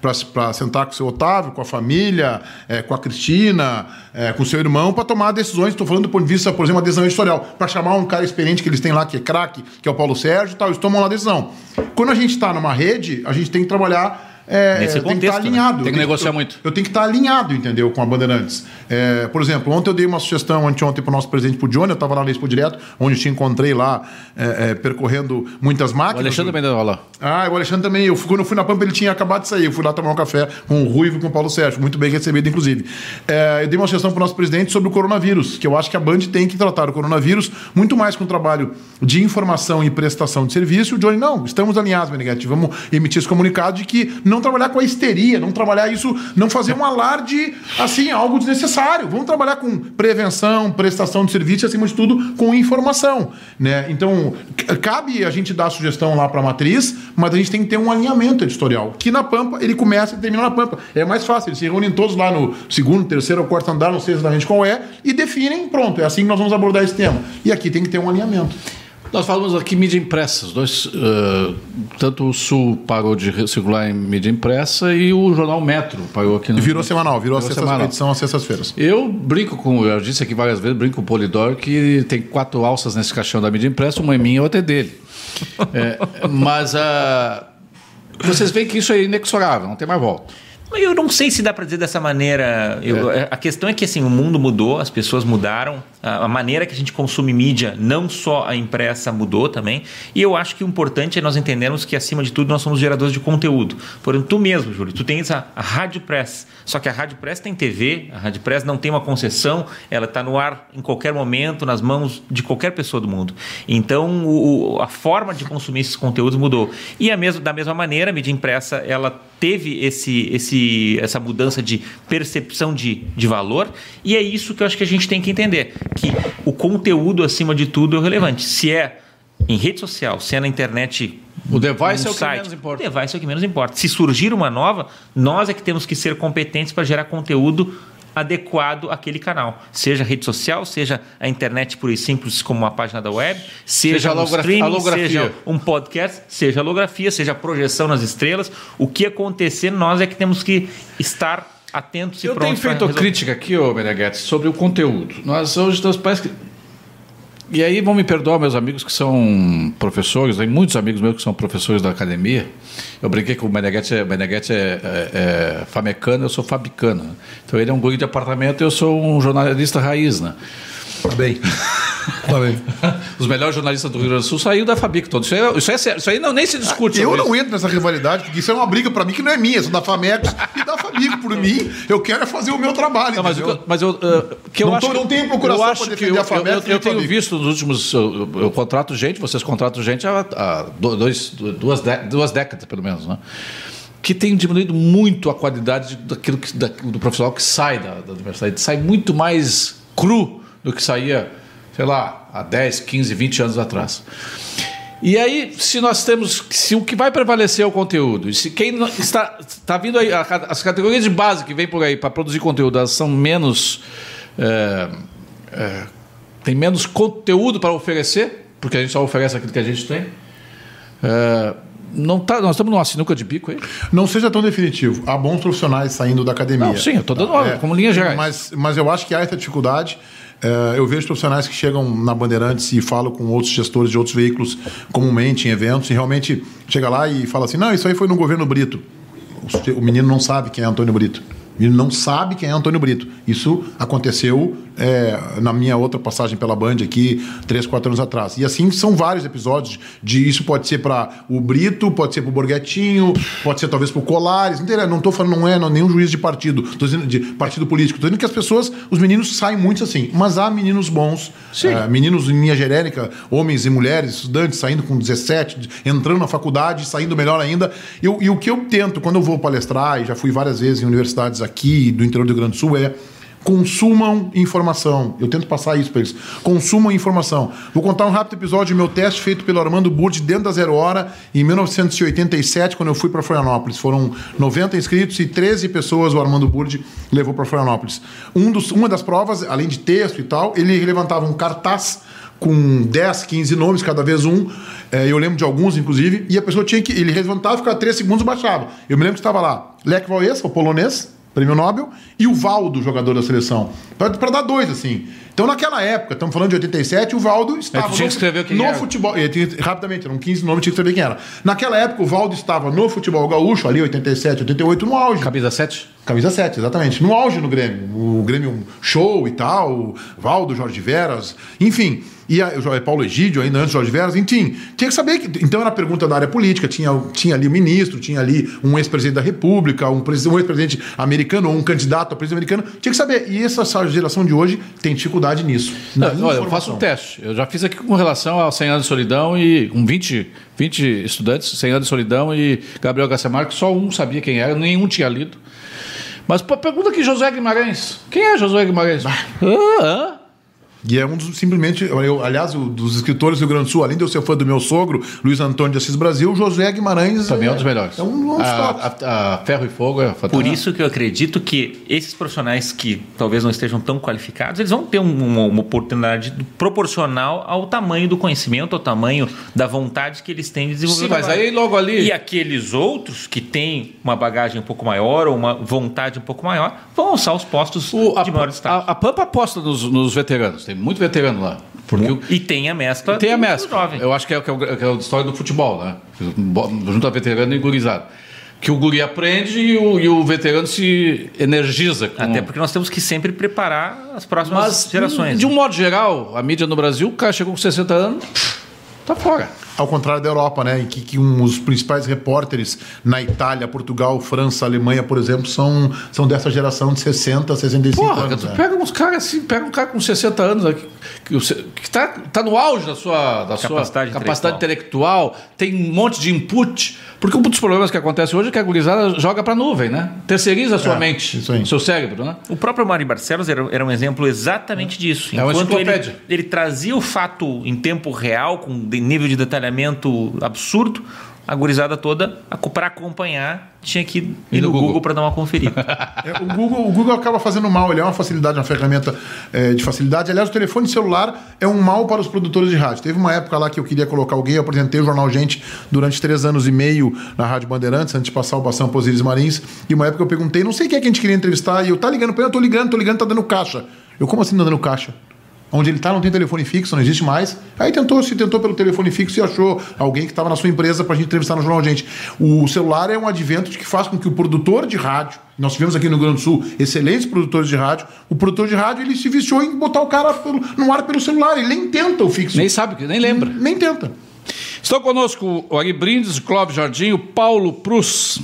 para sentar com o seu Otávio, com a família, eh, com a Cristina, eh, com o seu irmão, para tomar decisões. Estou falando do ponto de vista, por exemplo, uma decisão editorial. Para chamar um cara experiente que eles têm lá, que é craque, que é o Paulo Sérgio e tal, eles tomam lá a decisão. Quando a gente está numa rede, a gente tem que trabalhar. eh,
Nesse
tem que estar
contexto, né?
alinhado.
Tem que
Eu tenho
negociar
eu-
muito.
eu tenho que estar alinhado, entendeu, com a Bandeirantes. É, por exemplo, ontem eu dei uma sugestão, anteontem, para o nosso presidente, para o Johnny, eu estava lá na Expo Direto, onde eu te encontrei lá, é, é, percorrendo muitas
O
máquinas.
Alexandre também deu aula.
Ah, o Alexandre também. Eu, fui- quando eu fui na Pampa, ele tinha acabado de sair. Eu fui lá tomar um café com o Ruivo e com o Paulo Sérgio. Muito bem recebido, inclusive. É, eu dei uma sugestão para o nosso presidente sobre o coronavírus, que eu acho que a Band tem que tratar o coronavírus muito mais com o trabalho de informação e prestação de serviço. O Johnny, não, estamos alinhados, Meneghete. Vamos emitir esse comunicado de que não trabalhar com a histeria, não trabalhar isso, não fazer um alarde, assim, algo desnecessário. Vamos trabalhar com prevenção, prestação de serviço e, acima de tudo, com informação. Né? Então, c- cabe a gente dar a sugestão lá para a matriz, mas a gente tem que ter um alinhamento editorial. Que na Pampa, ele começa e termina na Pampa. É mais fácil, eles se reúnem todos lá no segundo, terceiro ou quarto andar, não sei exatamente qual é, e definem, pronto, é assim que nós vamos abordar esse tema. E aqui tem que ter um alinhamento.
Nós falamos aqui mídia impressa. Os dois, eh, tanto o Sul parou de re- circular em mídia impressa e o jornal Metro parou aqui no.
Virou semanal, virou,
Virou
a sexta
semanal.
edição às sextas-feiras.
Eu brinco com, eu disse aqui várias vezes, brinco com o Polidoro que tem quatro alças nesse caixão da mídia impressa, uma é minha e outra é dele. É, mas ah, vocês veem que isso é inexorável, não tem mais volta.
Mas Eu não sei se dá para dizer dessa maneira. Eu- A questão é que assim, o mundo mudou, as pessoas mudaram, a, a maneira que a gente consome mídia, não só a impressa, mudou também. E eu acho que o importante é nós entendermos que, acima de tudo, nós somos geradores de conteúdo. Por exemplo, tu mesmo, Júlio, tu tens a, a Rádio Press. Só que a Rádio Press tem TV, a Rádio Press não tem uma concessão, ela está no ar em qualquer momento, nas mãos de qualquer pessoa do mundo. Então, o- o- a forma de consumir esses conteúdos mudou. E a mesma, da mesma maneira, a mídia impressa, ela teve esse, esse, essa mudança de percepção de, de valor, e é isso que eu acho que a gente tem que entender, que o conteúdo, acima de tudo, é o relevante. Se é em rede social, se é na internet...
O device é
num
o que menos importa.
O device é o que menos importa. Se surgir uma nova, nós é que temos que ser competentes para gerar conteúdo adequado àquele canal. Seja rede social, seja a internet pura e simples como uma página da web,
Seja
seja,
a
um
logra-
streaming,
a lografia.
seja um podcast, seja a holografia, seja a projeção nas estrelas, o que acontecer, nós é que temos que estar atentos e
Eu tenho
prontos pra
feito
resolver.
crítica aqui, ô Meneghetti, sobre o conteúdo. Nós hoje nós parece que. E aí vão me perdoar meus amigos que são professores, tem muitos amigos meus que são professores da academia. Eu brinquei que o Meneghetti é, Meneghetti é, é- é famecano, eu sou fabicano. né? Então ele é um guri de apartamento e eu sou um jornalista raiz, né?
Tá bem. tá bem.
Os melhores jornalistas do Rio Grande do Sul saíram da Fabic todos. Isso aí, isso aí é sério, isso aí não, nem se discute.
Ah, Eu
sobre isso.
não entro nessa rivalidade, porque isso é uma briga pra mim que não é minha, sou da Famex e da Fabico. Por mim, eu quero é fazer o meu trabalho.
Não, mas, o que
entendeu?
eu- mas eu, ah, que eu
Não
acho
tô-
que-
não tenho procuração
eu
pra
acho que
defender
eu,
a Famex,
eu- eu-
nem
eu tenho
Fabico.
visto nos últimos. Eu, eu- eu contrato gente, vocês contratam gente há, há do- dois, duas, dé- duas décadas, pelo menos, né? Que tem diminuído muito a qualidade daquilo que, da- do profissional que sai da, da universidade. Sai muito mais cru do que saía, sei lá, há 10, 15, 20 anos atrás. E aí, se nós temos. Se o que vai prevalecer é o conteúdo, e se quem não- está, está vindo aí, a ca- as categorias de base que vem por aí para produzir conteúdo, elas são menos. é, é, tem menos conteúdo para oferecer, porque a gente só oferece aquilo que a gente tem. É, não tá, nós estamos numa sinuca de bico aí.
Não seja tão definitivo. Há bons profissionais saindo da academia. Tá. É.
Não, sim, eu tô dando uma- como linha gerais.
Mas, mas eu acho que há essa dificuldade. É, eu vejo profissionais que chegam na Bandeirantes e falam com outros gestores de outros veículos comumente em eventos e realmente chega lá e fala assim, não, isso aí foi no governo Brito. O, se- o menino não sabe quem é Antônio Brito. Ele não sabe quem é Antônio Brito. Isso aconteceu é, na minha outra passagem pela Band aqui, três, quatro anos atrás. E assim são vários episódios de isso pode ser para o Brito, pode ser para o Borghetinho, pode ser talvez para o Colares. Não, tem- não tô falando, não é não, nenhum juiz de partido, tô dizendo de partido político. Tô dizendo que as pessoas, os meninos saem muito assim. Mas há meninos bons, é, meninos em linha genérica, homens e mulheres, estudantes saindo com 17, de- entrando na faculdade, saindo melhor ainda. E, o- e o que eu tento, quando eu vou palestrar, e já fui várias vezes em universidades aqui do interior do Rio Grande do Sul, é consumam informação. Eu tento passar isso para eles. Consumam informação. Vou contar um rápido episódio do meu teste feito pelo Armando Burdi dentro da Zero Hora em 1987, quando eu fui para Florianópolis. Foram 90 inscritos e 13 pessoas o Armando Burdi levou para Florianópolis. Um dos, uma das provas, além de texto e tal, ele levantava um cartaz com 10, 15 nomes, cada vez um. É, eu lembro de alguns, inclusive, e a pessoa tinha que. Ele levantava, ficava 3 segundos e baixava. Eu me lembro que estava lá Lech Walesa, o polonês, prêmio Nobel, e o Valdo, jogador da seleção. Para dar dois, assim. Então, naquela época, estamos falando de 87, o Valdo estava
tinha que escrever quem
no
era.
futebol. eu tinha- rapidamente, eram 15 nomes, tinha que saber quem era. Naquela época, o Valdo estava no futebol gaúcho, ali, 87, 88, no auge.
Camisa 7?
Camisa 7, exatamente. No auge no Grêmio. O Grêmio show e tal, o Valdo, Jorge Veras, enfim. E a, o Jo- é Paulo Egídio, ainda antes do Jorge Veras, enfim. Tinha que saber que. Então era pergunta da área política, tinha, tinha ali o ministro, tinha ali um ex-presidente da República, um, presi- um ex-presidente americano, ou um candidato a presidente americano. Tinha que saber. E essa, essa geração de hoje tem dificuldade nisso. na
Não, olha, eu faço um
informação.
teste. Eu já fiz aqui com relação a 100 anos de solidão e com 20, 20 estudantes, 100 anos de solidão e Gabriel Garcia Marques, só um sabia quem era, nenhum tinha lido. Mas pô, pergunta aqui José Guimarães. Quem é José Guimarães? Hã? Hã?
E é um dos, simplesmente, eu, aliás, o- dos escritores do Rio Grande do Sul, além de eu ser fã do meu sogro, Luiz Antônio de Assis Brasil, José Guimarães.
Também é um dos melhores.
É um, um dos tops.
a, a- a Ferro e Fogo é fantástico.
Por isso que eu acredito que esses profissionais que talvez não estejam tão qualificados, eles vão ter um- uma, uma oportunidade proporcional ao tamanho do conhecimento, ao tamanho da vontade que eles têm de desenvolver.
Sim,
o
mas
trabalho.
aí logo ali.
E aqueles outros que têm uma bagagem um pouco maior ou uma vontade um pouco maior vão alçar os postos
O- a,
de maior destaque.
a- a Pampa aposta nos, nos veteranos, tem muito veterano lá. Porque o-
e tem a mescla
tem a
do
mescla.
é jovem.
Eu acho que é, o- que, é o- que é a história do futebol, né? Bo- Junto a veterano e gurizado. Que o guri aprende e o, e o veterano se energiza. Com...
Até porque nós temos que sempre preparar as próximas
Mas,
gerações. né?
de um modo geral, a mídia no Brasil, o cara chegou com 60 anos, tá fora.
Ao contrário da Europa, né? Em que, que um, os principais repórteres na Itália, Portugal, França, Alemanha, por exemplo, são, são dessa geração de 60, 65
Porra,
anos.
tu
né?
pega uns caras assim, pega um cara com 60 anos aqui, que, o se- que tá, tá no auge da sua, da
Capacidade
sua capacidade intelectual. tem um monte de input. Porque um dos problemas que acontece hoje é que a gurizada joga pra nuvem, né? Terceiriza a sua
É,
mente,
isso aí.
o seu cérebro, né?
O próprio Mário Barcelos era, era um exemplo exatamente disso.
É uma
ele,
enciclopédia.
ele trazia o fato em tempo real, com de- nível de detalhamento absurdo, a gurizada toda, para acompanhar, tinha que ir
E
no,
no
Google,
Google.
para dar uma conferida.
É, o, Google, o Google acaba fazendo mal, ele é uma facilidade, uma ferramenta é, de facilidade. Aliás, o telefone celular é um mal para os produtores de rádio. Teve uma época lá que eu queria colocar alguém, eu apresentei o jornal Gente durante três anos e meio na Rádio Bandeirantes, antes de passar o Bação para Osiris Marins. E uma época eu perguntei, não sei quem é que a gente queria entrevistar, e eu, tá ligando pra ele, eu tô ligando, tô ligando, tá dando caixa. Eu, como assim tá dando caixa? Onde ele está não tem telefone fixo, não existe mais. Aí tentou, se tentou pelo telefone fixo e achou alguém que estava na sua empresa para a gente entrevistar no Jornal Gente. O celular é um advento de que faz com que o produtor de rádio, nós tivemos aqui no Rio Grande do Sul excelentes produtores de rádio, o produtor de rádio ele se viciou em botar o cara pelo- no ar pelo celular, ele nem tenta o fixo.
Nem sabe, nem lembra.
nem tenta.
Estão conosco o Ari Brindes, o Clóvis Jardim, o Paulo Prus,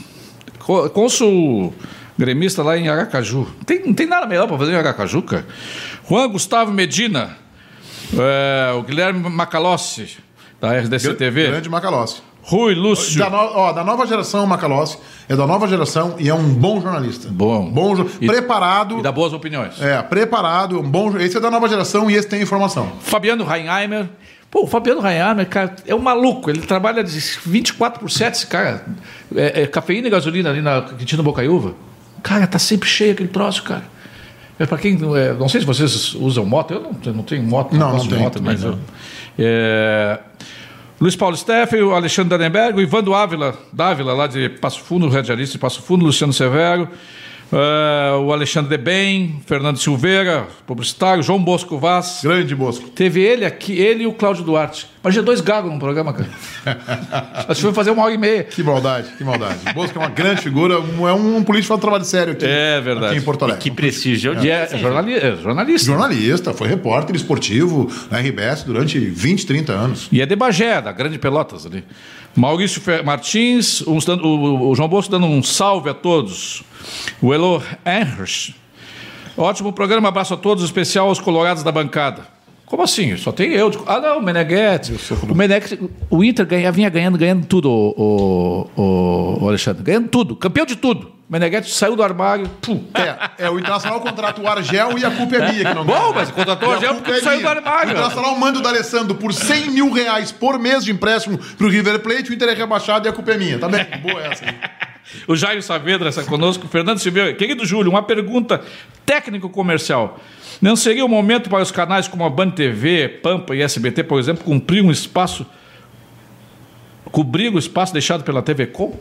co- cônsul gremista lá em Aracaju. Tem- não tem nada melhor para fazer em Aracaju, cara. Juan Gustavo Medina, é, o Guilherme Macalossi, da RDC TV,
Grande Macalossi.
Rui Lúcio.
Da, no- ó, da nova geração, o Macalossi é da nova geração e é um bom jornalista.
Bom.
Bom, jo-
E-
preparado.
E dá boas opiniões.
É, preparado, um bom. jo- Esse é da nova geração e esse tem informação.
Fabiano Reinheimer. Pô, o Fabiano Reinheimer, cara, é um maluco. Ele trabalha de 24 por 7, esse cara. É, é cafeína e gasolina ali na Quintino Bocaiúva. Cara, tá sempre cheio aquele troço, cara. É pra quem. é, não sei se vocês usam moto. Eu não, eu não tenho moto.
Não, não
gosto de
tenho
moto,
também,
mas eu- É, Luiz Paulo Steff, o Alexandre Danenberg, o Ivan do Ávila, Dávila, lá de Passo Fundo, o radialista de Passo Fundo, Luciano Severo, eh, o Alexandre Debem, Fernando Silveira, publicitário, João Bosco Vaz.
Grande Bosco.
Teve ele aqui, ele e o Cláudio Duarte. Imagina dois gagos no programa, cara. Acho que foi fazer uma hora e meia.
Que maldade, que maldade. Bosco é uma grande figura, um- é um político que faz um trabalho sério aqui.
É verdade.
Aqui em Porto Alegre.
Que prestígio. Eu
E
disse,
é, jornali- é jornalista.
Jornalista, foi repórter esportivo na RBS durante 20, 30 anos.
E é de Bagé, da Grande Pelotas ali. Maurício Fer- Martins, uns dando- o, o João Bolso dando um salve a todos. O Elo Enrich. Ótimo programa, abraço a todos, especial aos colorados da bancada. Como assim? Só tem eu. Ah, não, o Meneghetti. O Meneghetti, o Inter ganha, vinha ganhando, ganhando tudo, o, o- o Alexandre. Ganhando tudo, campeão de tudo. O Meneghetti saiu do armário. Pum.
É, é, o Internacional contrata o Argel e a culpa é minha que não
Bom,
ganha.
mas contratou o
E a
Argel
culpa
porque
é
saiu do
minha.
armário.
O Internacional manda o D'Alessandro por 100 mil reais por mês de empréstimo pro River Plate, o Inter é rebaixado e a culpa é minha. Tá bem? Boa essa. hein?
O Jairo Saavedra está conosco. Fernando Silveira, querido Júlio, uma pergunta técnico-comercial. Não seria o momento para os canais como a Band TV, Pampa e SBT, por exemplo, cumprir um espaço, cobrir o espaço deixado pela TV Com,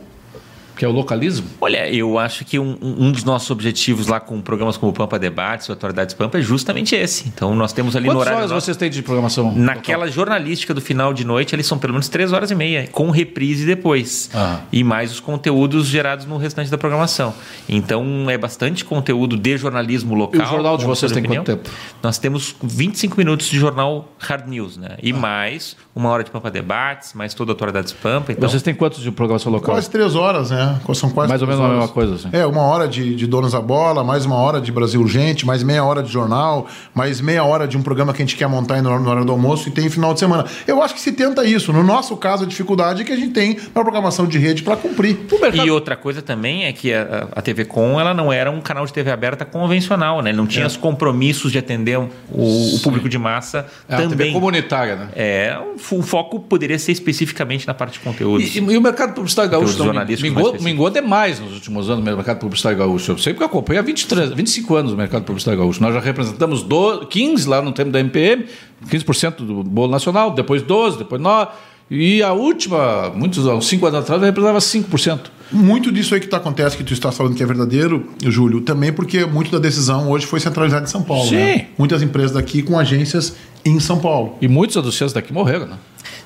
que é o localismo?
Olha, eu acho que um, um um dos nossos objetivos lá com programas como o Pampa Debates, o Atualidades Pampa, é justamente esse. Então nós temos ali no
Quantas
horário.
horas
nosso-
vocês têm de programação?
Naquela jornalística do final de noite, eles são pelo menos três horas e meia, com reprise depois.
Ah.
E mais os conteúdos gerados no restante da programação. Então é bastante conteúdo de jornalismo local.
E o jornal de
com
vocês tem
opinião.
quanto tempo?
Nós temos 25 minutos de jornal Hard News, né?
Ah.
E mais uma hora de Pampa Debates, mais toda a Atualidades Pampa. Então,
Vocês têm quantos de programação local?
Quase três horas, né? São quase
Mais ou
três
menos a
horas.
mesma coisa, assim.
É, uma hora de, de Donos da Bola, mais uma hora de Brasil Urgente, mais meia hora de jornal, mais meia hora de um programa que a gente quer montar no no horário do almoço e tem final de semana. Eu acho que se tenta isso. No nosso caso, a dificuldade é que a gente tem na programação de rede para cumprir.
O mercado-
E outra coisa também é que a, a TV Com ela não era um canal de TV aberta convencional, né? Ele não
É.
tinha os compromissos de atender o, o público de massa
é, a TV
também.
comunitária, né?
É, um, fo- um foco poderia ser especificamente na parte de conteúdos.
E, e o mercado publicitário gaúcho
Os
não,
jornalistas
mingou,
mais específicos.
mingou demais nos últimos anos o mercado publicitário gaúcho. Eu sei porque eu acompanho há 23, 25 anos o mercado publicitário gaúcho. Nós já representamos 12, 15 lá no tempo da MPM, 15% do bolo nacional, depois 12, depois 9. E a última, muitos anos, 5 anos atrás, representava 5%.
Muito disso aí que tá, acontece, que tu está falando que é verdadeiro, Júlio, também porque muito da decisão hoje foi centralizada em São Paulo.
Sim.
né? Muitas empresas daqui com agências em São Paulo.
E muitos anunciantes daqui morreram, né?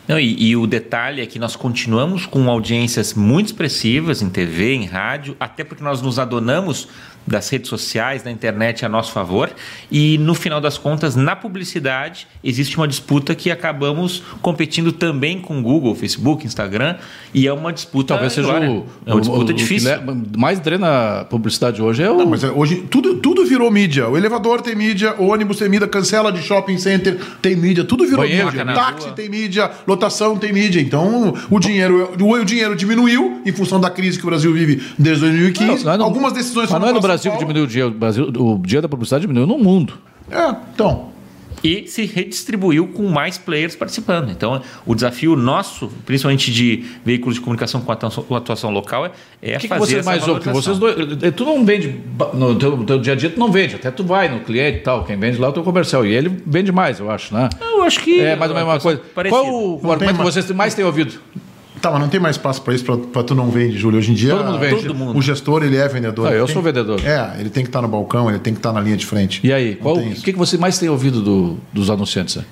Não, e, e o detalhe é que nós continuamos com audiências muito expressivas em TV, em rádio, até porque nós nos adonamos das redes sociais, da internet a nosso favor. E no final das contas, na publicidade, existe uma disputa que acabamos competindo também com Google, Facebook, Instagram, e é uma disputa.
Talvez seja
olha,
o,
é uma disputa
o- o
difícil.
que le- mais drena a publicidade hoje é o.
Mas é, hoje tudo, tudo virou mídia. O elevador tem mídia, o ônibus tem mídia, cancela de shopping center tem mídia, tudo virou
Banheiro,
mídia.
na
Táxi
rua.
tem mídia, lotação tem mídia. Então o dinheiro, o, o dinheiro diminuiu em função da crise que o Brasil vive desde
Não,
2015.
não é no-
Algumas decisões
Mas não é no
para
Brasil
São
que diminuiu
Paulo.
o dia. O, Brasil, o dia da publicidade diminuiu no mundo.
É, então.
e se redistribuiu com mais players participando. Então, o desafio nosso, principalmente de veículos de comunicação com atuação, com atuação local, é, é
O que, que
fazer
você
essa
mais ouve? Que
valorização.
Vocês dois- eh, tu não vende ba- no teu, teu dia a dia, tu não vende. Até tu vai no cliente e tal. Quem vende lá é o teu comercial. E ele vende mais, eu acho, né?
Eu acho que
É mais ou menos uma coisa.
Parecido.
Qual o,
tem
argumento que
mais-
vocês mais têm ouvido?
Tá, mas não tem mais espaço para isso, para tu não vende, Júlio. Hoje em dia,
Todo mundo vende.
Todo mundo.
o gestor, ele é vendedor.
Ah,
Ele
eu
tem-
sou vendedor.
É, ele tem que estar no balcão, ele tem que estar na linha de frente.
E aí,
Não
qual-
tem
o
isso.
que, que você mais tem ouvido do- dos anunciantes? né?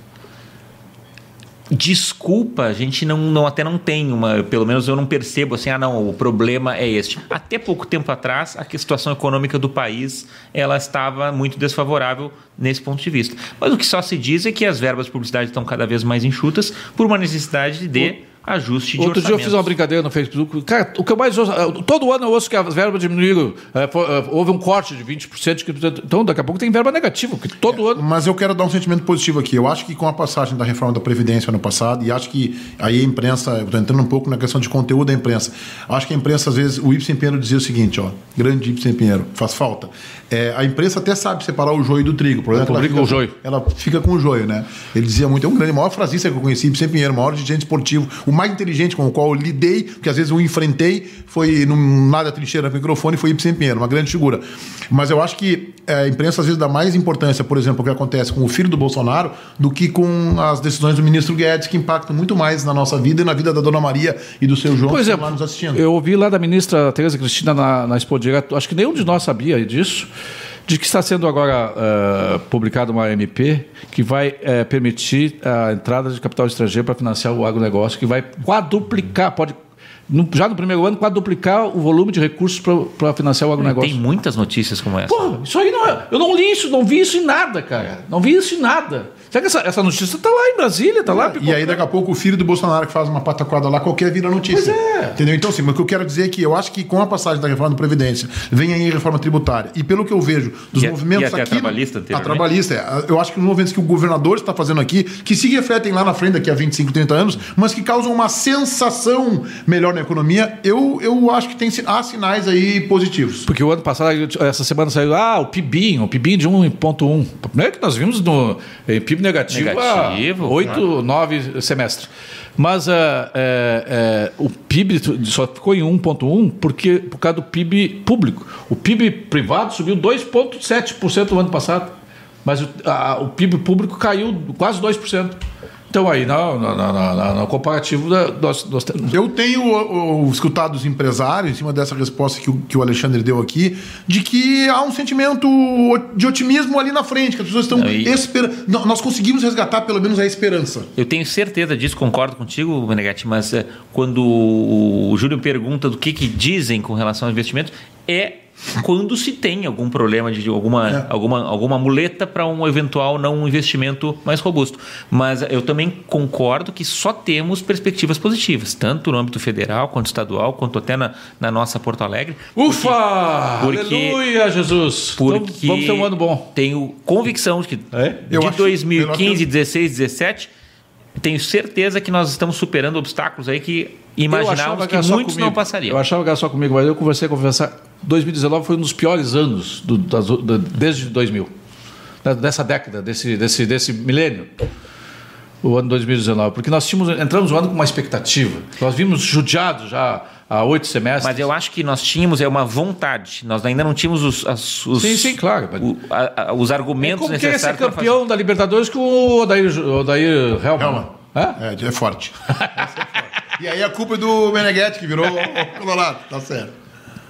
Desculpa, a gente não, não até não tem uma, pelo menos eu não percebo assim, ah não, o problema é este. Até pouco tempo atrás, a que- situação econômica do país, ela estava muito desfavorável nesse ponto de vista. Mas o que só se diz é que as verbas de publicidade estão cada vez mais enxutas por uma necessidade de ajuste de
Outro dia eu
orçamentos.
fiz uma brincadeira no Facebook. Cara, o que eu mais ouço. eh, Todo ano eu ouço que as verbas diminuíram. eh, fo- eh, houve um corte de 20%. de 15%. Então, daqui a pouco tem verba negativa, que
É.
todo ano.
Mas eu quero dar um sentimento positivo aqui. Eu acho que com a passagem da reforma da Previdência ano passado, e acho que aí a imprensa, eu estou entrando um pouco na questão de conteúdo da imprensa. Acho que a imprensa, às vezes, o Ibsen Pinheiro dizia o seguinte, ó, grande Ibsen Pinheiro, faz falta. É, a imprensa até sabe separar o joio do trigo. O problema é que ela
Publica
fica-
o joio.
ela fica com o joio, né? Ele dizia muito, é um grande, maior frasista que eu conheci, sempre Pinheiro, maior dirigente esportivo, o mais inteligente com o qual eu lidei, porque às vezes eu enfrentei, foi num lado da trincheira do microfone, foi Ibsen Pinheiro, uma grande figura. Mas eu acho que é, a imprensa às vezes dá mais importância, por exemplo, o que acontece com o filho do Bolsonaro, do que com as decisões do ministro Guedes, que impactam muito mais na nossa vida e na vida da dona Maria e do seu João,
Por
que
exemplo,
lá nos assistindo.
eu ouvi lá da ministra Tereza Cristina na, na Expo Direto, acho que nenhum de nós sabia disso, de que está sendo agora eh, publicada uma MP que vai eh, permitir a entrada de capital estrangeiro para financiar o agronegócio, que vai quadruplicar, pode, no- já no primeiro ano, quadruplicar o volume de recursos para- para financiar o agronegócio.
Tem muitas notícias como essa.
Porra, isso aí não é. Eu não li isso, não vi isso em nada, cara. Não vi isso em nada. Será que essa, essa notícia tá lá em Brasília, tá lá?
É, E aí, daqui a pouco, o filho do Bolsonaro que faz uma pataquada lá, qualquer vira notícia.
Pois é.
Entendeu? Então, sim, mas o que eu quero dizer é que eu acho que com a passagem da reforma da Previdência, vem aí a reforma tributária. E pelo que eu vejo dos
E a- e
movimentos
até a
aqui.
trabalhista
A
anteriormente.
trabalhista, é. Eu acho que os movimentos que o governador está fazendo aqui, que se refletem lá na frente daqui a 25, 30 anos, mas que causam uma sensação melhor na economia, eu, eu acho que tem, si- há sinais aí positivos.
Porque o ano passado, essa semana saiu, ah, o PIBinho, o PIBinho de 1,1. Primeiro é que nós vimos no em PIB negativo,
Negativo,
há 8, 9 semestres. Mas ah, é, é, o PIB tu- só ficou em 1,1 porque, por causa do PIB público. O PIB privado subiu 2,7% no ano passado, mas o, a- o PIB público caiu quase 2%. Então aí, no, no, no, no, no comparativo, da- nós, nós temos
Eu tenho ó, ó, escutado os empresários, em cima dessa resposta que o, que o Alexandre deu aqui, de que há um sentimento de otimismo ali na frente, que as pessoas estão
Não, e-
esperando. Nós conseguimos resgatar pelo menos a esperança.
Eu tenho certeza disso, concordo contigo, Menegatti, mas eh, quando o o Júlio pergunta do que, que dizem com relação ao investimento, é quando se tem algum problema de de alguma, alguma, alguma muleta para um eventual não investimento mais robusto. Mas eu também concordo que só temos perspectivas positivas, tanto no âmbito federal, quanto estadual, quanto até na, na nossa Porto Alegre.
Ufa!
Porque-
Aleluia, Jesus! Então,
Porque
vamos ter um ano bom.
Tenho convicção de que
É?
de
Eu acho-
2015,
pelo
16, 17, tenho certeza que nós estamos superando obstáculos aí que imaginávamos
achava
que
era só
muitos
comigo.
não passariam.
Eu achava que era só comigo, mas eu conversei com conversar. 2019 foi um dos piores anos do- das- da- desde 2000, da- dessa década, desse, desse, desse milênio. O ano 2019, porque nós tínhamos, entramos no ano com uma expectativa. Nós vimos judiados já há oito semestres.
Mas eu acho que nós tínhamos é uma vontade, nós ainda não tínhamos os, as- os-
Sim, sim, claro.
o- a- a- os
É
argumentos
como querer ser
necessários para fazer.
campeão da Libertadores com o Odair, Ju- Odair Helman.
Helman.
Hã?
É, é forte. Essa é forte. E aí a culpa é do Meneghetti, que virou o Colorado. Tá certo.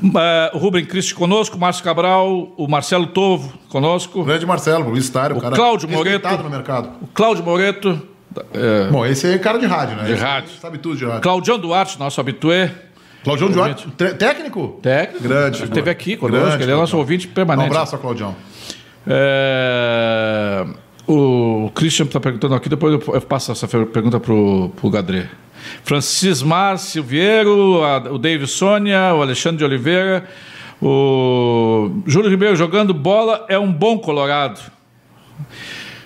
Eh, o Rubem Cristi conosco, o Márcio Cabral, o Marcelo Tovo conosco,
Grande Marcelo, Luiz Tário, o cara
Cláudio
respeitado
Moreto.
no mercado.
o Cláudio Moreto, eh,
Bom, esse aí é cara de rádio, né?
De
Esse
rádio.
Sabe tudo de rádio.
Claudião Duarte, nosso habitué,
Claudião Duarte, tre- técnico?
técnico,
Grande figura.
esteve aqui conosco,
Grande
ele é nosso
Claudião.
ouvinte
Um
permanente.
abraço, Claudião.
Eh, o Christian está perguntando aqui, depois eu eu passo essa fer- pergunta para o Gadré. Francis Mar Silveiro, a- o David Sônia, o Alexandre de Oliveira, o Júlio Ribeiro jogando bola é um bom Colorado.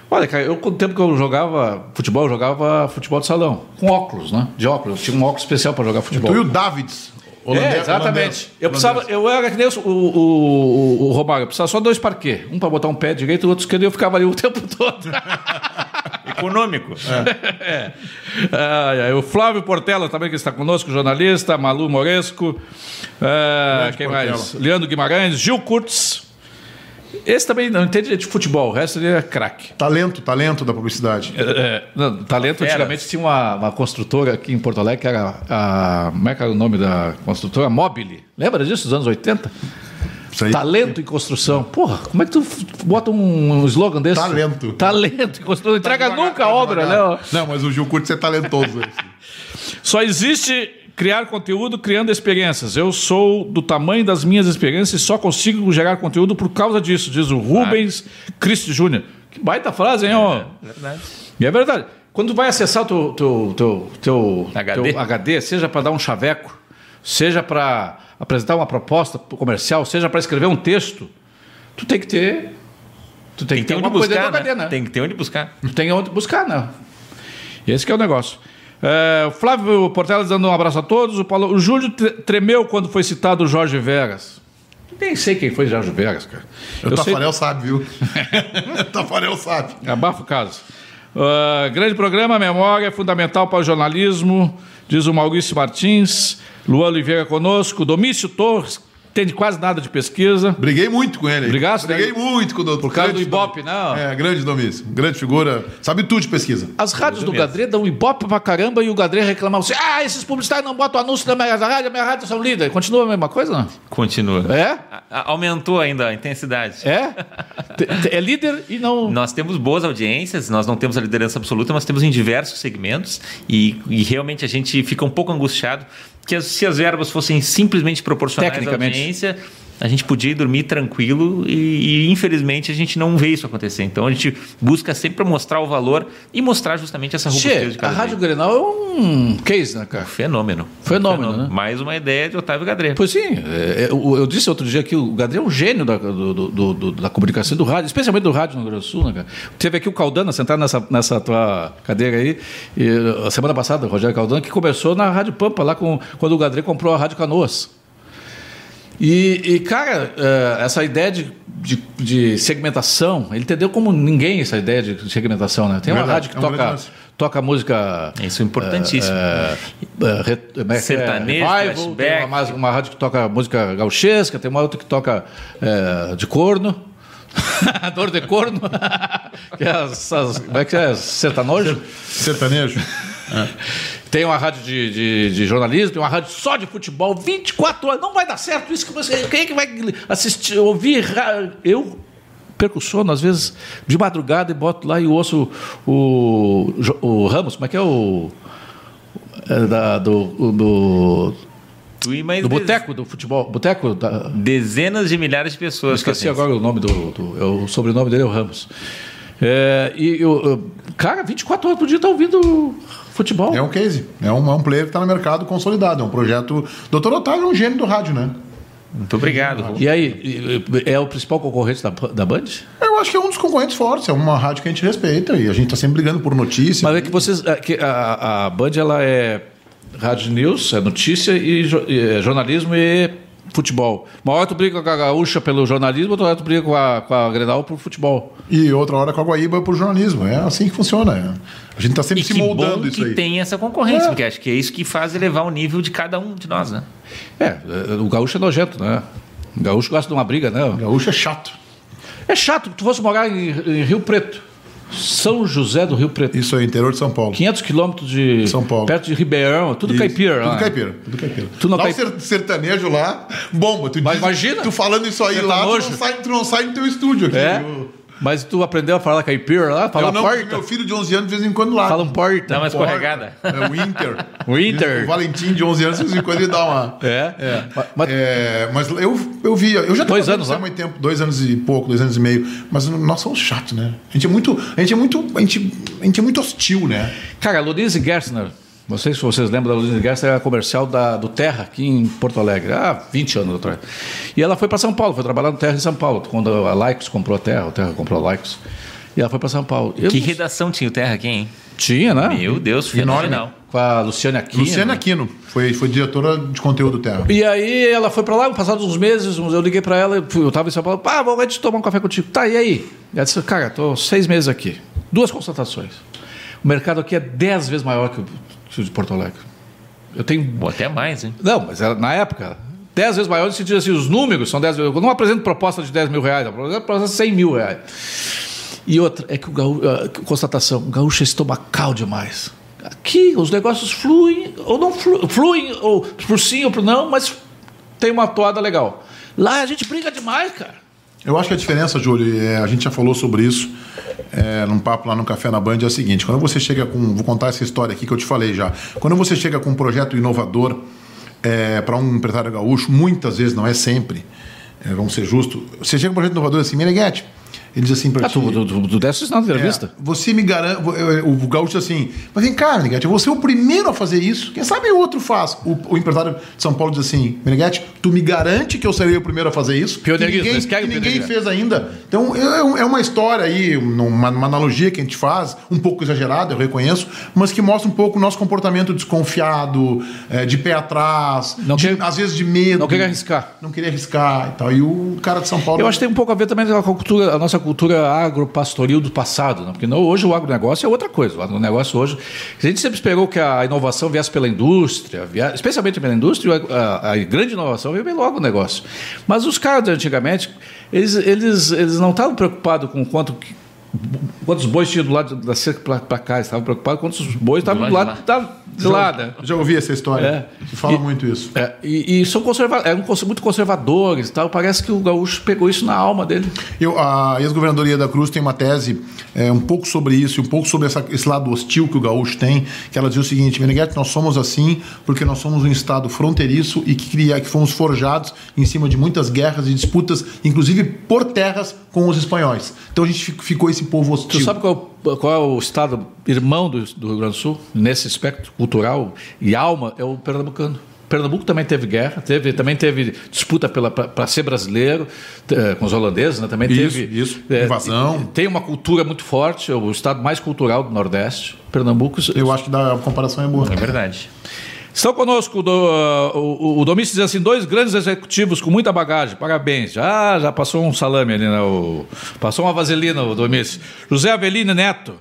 Olha, cara, eu com o tempo que eu jogava futebol, eu jogava futebol de salão, com óculos, né? De óculos, eu tinha um óculos especial para jogar futebol.
Tu e o Davids, holandês.
É, exatamente.
holandês,
eu precisava, eu era que nem o, o, o, o Romário, eu precisava só dois parquê. Um para botar um pé direito e o outro esquerdo e eu ficava ali o tempo todo.
Econômico.
É. Ai, ai, o Flávio Portela também que está conosco, jornalista, Malu Moresco, ah,
Grande
quem
Portela.
mais? Leandro Guimarães, Gil Kurtz. Esse também não entende de futebol, o resto ele é craque.
Talento, talento da publicidade.
É, é, não, talento,
Fera.
antigamente tinha uma, uma construtora aqui em Porto Alegre que era a. Como é que era o nome da construtora? Mobile. Lembra disso, dos anos 80?
Isso aí.
Talento em construção. Porra, como é que tu f- bota um, um slogan desse?
Talento.
Talento em construção. Não Entrega
Devagar,
nunca é a
tá
obra,
devagar.
né?
Não, mas o Gil Curtis é talentoso. esse.
Só existe criar conteúdo criando experiências. Eu sou do tamanho das minhas experiências e só consigo gerar conteúdo por causa disso, diz o Rubens Cristo Júnior. Que baita frase, hein, ó?
Verdade.
E é verdade. Quando tu vai acessar o teu, teu, teu, teu,
HD.
teu HD, seja para dar um chaveco, seja para apresentar uma proposta comercial, seja para escrever um texto, tu tem que ter. Tu tem, que
Tem
ter
que ter onde
alguma coisa
buscar,
dentro do HD,
né?
né?
Tem que ter onde buscar.
Não tem onde buscar, não. Esse que é o negócio. É, o Flávio Portela dando um abraço a todos. O, Paulo, o Júlio tre- tremeu quando foi citado o Jorge Veras. Nem sei quem foi Jorge Veras, cara.
O
Eu sei-
Tafarel sabe, viu? o Tafarel sabe.
Abafa o caso. Ah, grande programa, memória, fundamental para o jornalismo. diz o Maurício Martins, Luan Oliveira conosco, Domício Torres, tem quase nada de pesquisa.
Briguei muito com ele.
Brigasse, né?
Briguei muito com o doutor.
Por causa do
Grande
Ibope,
Domi-
não.
É, grande Domício. Grande figura. Sabe tudo de pesquisa.
As rádios do Gadré dão ibope pra caramba e o Gadré reclamava assim: ah, esses publicitários não botam anúncio na minha rádio, a minha rádio são líder. Continua a mesma coisa, não?
Continua.
É?
A- a- aumentou ainda a intensidade.
É? Te- te- é líder e não.
Nós temos boas audiências, nós não temos a liderança absoluta, mas temos em diversos segmentos e, e realmente a gente fica um pouco angustiado que as- se as verbas fossem simplesmente proporcionais à
Tecnicamente.
audiência, a gente podia ir dormir tranquilo e, e, infelizmente a gente não vê isso acontecer. Então a gente busca sempre mostrar o valor e mostrar justamente essa robustez
Che,
de
a
cada
Rádio
veículo.
Grenal é um case, né, cara?
Fenômeno.
Fenômeno, né?
Mais uma ideia de Otávio Gadret.
Pois sim, é, é, o- eu disse outro dia que o Gadré é um gênio da, do- do- do- do- da comunicação e do rádio, especialmente do rádio no Rio Grande do Sul, né, cara? Teve aqui o Caldana sentado nessa, nessa tua cadeira aí, e, a semana passada, o Rogério Caldana, que começou na Rádio Pampa, lá com, quando o Gadré comprou a Rádio Canoas. E, e, cara, eh, essa ideia de, de, de segmentação, ele entendeu como ninguém essa ideia de segmentação, né? Tem uma
Verdade,
rádio que
é um grande
toca,
lance.
toca música.
Isso é importantíssimo.
eh, eh, re- como é que é?
Sertanejo,
Revival, tem uma,
flashback.
mais- uma rádio que toca música gauchesca, tem uma outra que toca eh, de corno. Dor de corno. que é essas- como é que é? Sertanojo?
Sertanejo.
Tem uma rádio de, de, de jornalismo, tem uma rádio só de futebol, 24 horas. Não vai dar certo isso que você. Quem é que vai assistir, ouvir? ra- Eu perco o sono, às vezes, de madrugada, e boto lá e ouço o, o, Ramos, como é que é o. é da- do, o- do,
Tu e mais
do
dez-
boteco do futebol. Boteco da,
Dezenas de milhares de pessoas. que
Esqueci
fazem
agora o nome do. do- é o sobrenome dele é o Ramos. É, e eu, eu- cara, 24 horas por dia tá ouvindo futebol.
É um case. É um, é um player que tá no mercado consolidado. É um projeto. Doutor Otávio é um gênio do rádio, né?
isso. Muito obrigado. Raul.
E aí, e- e- é o principal concorrente da, da Band?
Eu acho que é um dos concorrentes fortes. É uma rádio que a gente respeita e a gente tá sempre brigando por notícia.
Mas é que vocês. é que a, a Band ela é rádio news, é notícia e, jo- e é jornalismo e futebol. Uma hora tu briga com a gaúcha pelo jornalismo, outra hora tu briga com a, com a Grenal por futebol.
E outra hora com a Guaíba pro jornalismo. É assim que funciona. é. A gente tá sempre
E
se
que
moldando
bom
isso
que
aí.
tem essa concorrência,
É.
porque acho que é isso que faz elevar o nível de cada um de nós, né?
É, é, o gaúcho é nojento, né? O gaúcho gosta de uma briga, né?
Gaúcho é chato.
É chato que tu fosse morar em, em Rio Preto. São José do Rio Preto.
Isso aí, interior de São Paulo.
500 quilômetros de.
São Paulo.
Perto de Ribeirão, tudo
Isso.
caipira.
Tudo
lá.
caipira. Tudo caipira.
Tu não
lá
caip-
o ser- sertanejo lá, bomba. Tu
Mas
diz-
imagina.
Tu falando isso aí lá, tu
Sertanojo.
não, sai, tu não sai do teu estúdio aqui.
É.
Eu,
Mas tu aprendeu a falar caipira lá? Fala
eu não,
porta.
meu filho de 11 anos de vez em quando lá.
Fala um porta.
Dá uma
Porta.
escorregada.
É o Inter.
O Inter.
O Valentim de 11 anos de vez em quando ele dá uma...
É?
É.
Ma- Mas,
É, mas eu, eu vi, eu já
Dois
trabalhei
anos
isso há
lá?
muito tempo, dois anos e pouco, dois anos e meio. Mas nós somos chatos, né? A gente é muito. A gente é muito. A gente, a gente é muito hostil, né?
Cara, a Louise Gerstner, não sei se vocês lembram da Louise Gerstner, era comercial da, do Terra aqui em Porto Alegre, há 20 anos atrás. E ela foi para São Paulo, foi trabalhar no Terra em São Paulo, quando a Lycos comprou a Terra, o Terra comprou a Lycos. E ela foi para São Paulo. Eu
Que
não-
redação tinha o Terra aqui, hein?
Tinha, né?
Meu Deus, fenomenal.
Com a Luciane Aquino.
Luciana Aquino foi, foi diretora de conteúdo do Terra.
E aí ela foi pra lá, passados uns meses, uns- eu liguei pra ela, fui- eu tava em São Paulo, pá, vou antes tomar um café contigo. Tá, e aí? Ela disse, cara, tô seis meses aqui. Duas constatações. O mercado aqui é dez vezes maior que o, que o de Porto Alegre. Eu tenho.
Ou até mais, hein?
Não, mas era, na época, dez vezes maior, no sentido assim, os números são dez vezes. Eu não apresento proposta de 10 mil reais, eu apresento proposta de 100 mil reais. E outra, é que o gaúcho, constatação, o gaúcho é estomacal demais. Aqui os negócios fluem ou não fluem, fluem ou por sim ou por não, mas tem uma toada legal. Lá a gente briga demais, cara.
Eu acho que a diferença, Júlio, é, a gente já falou sobre isso é, num papo lá no Café na Band, é a seguinte: quando você chega com. Vou contar essa história aqui que eu te falei já. Quando você chega com um projeto inovador para um empresário gaúcho, muitas vezes, não é sempre, é, vamos ser justos, você chega com um projeto inovador assim, Meneghete, ele diz assim para
Ah,
ti.
tu, tu, tu, tu desse isso na entrevista?
É, você me garante. O o gaúcho diz assim, mas vem cá, Meneghete, eu vou ser o primeiro a fazer isso. Quem sabe o outro faz. O, o empresário de São Paulo diz assim, Meneghete, tu me garante que eu serei o primeiro a fazer isso?
Pioneirismo,
Que
eles
ninguém,
querem
que ninguém
pioneirismo.
fez ainda. Então é, um- é uma história aí, um, uma, uma analogia que a gente faz, um pouco exagerada, eu reconheço, mas que mostra um pouco o nosso comportamento desconfiado, é, de pé atrás,
Não
de-
quer-
às vezes de medo.
É. não quer arriscar.
Não queria arriscar e tal. E o cara de São Paulo.
Eu acho que tem um pouco a ver também com a cultura, a nossa cultura agropastoril do passado, né? porque não, hoje o agronegócio é outra coisa. O agronegócio hoje. A gente sempre esperou que a inovação viesse pela indústria, via, especialmente pela indústria, a, a, a grande inovação veio pelo agronegócio. Mas os caras de antigamente, eles, eles, eles não estavam preocupados com quanto. que- Quantos bois tinha do lado da cerca para cá? Eles Estavam preocupados com quantos bois estavam do
lado
lado
de
da- de lá. né?
Já ouvi essa história.
É.
Se Fala
E-
muito isso.
É, e, e são conserva eram cons- muito conservadores e tal. Parece que o gaúcho pegou isso na alma dele.
Eu, a ex-governadoria da Cruz tem uma tese é, um pouco sobre isso, e um pouco sobre essa- esse lado hostil que o gaúcho tem, que ela diz o seguinte, Meneghete, nós somos assim porque nós somos um estado fronteiriço e que, cria, que fomos forjados em cima de muitas guerras e disputas, inclusive por terras com os espanhóis. Então a gente fi- ficou esse povo
Tu
hostil.
sabe qual, é o- qual é o estado irmão do, do Rio Grande do Sul, nesse aspecto cultural e alma, é o pernambucano. Pernambuco também teve guerra, teve, também teve disputa para ser brasileiro t- eh, com os holandeses, né? também
Isso,
teve
isso. Invasão.
Tem uma cultura muito forte, é o estado mais cultural do Nordeste, Pernambuco.
Eu acho que dá- a comparação é boa.
É verdade.
Estão conosco, o do, ah, o, o Domício diz assim, dois grandes executivos com muita bagagem, parabéns. Já, já passou um salame ali, né? o- passou uma vaselina, o Domício. José Avelino Neto,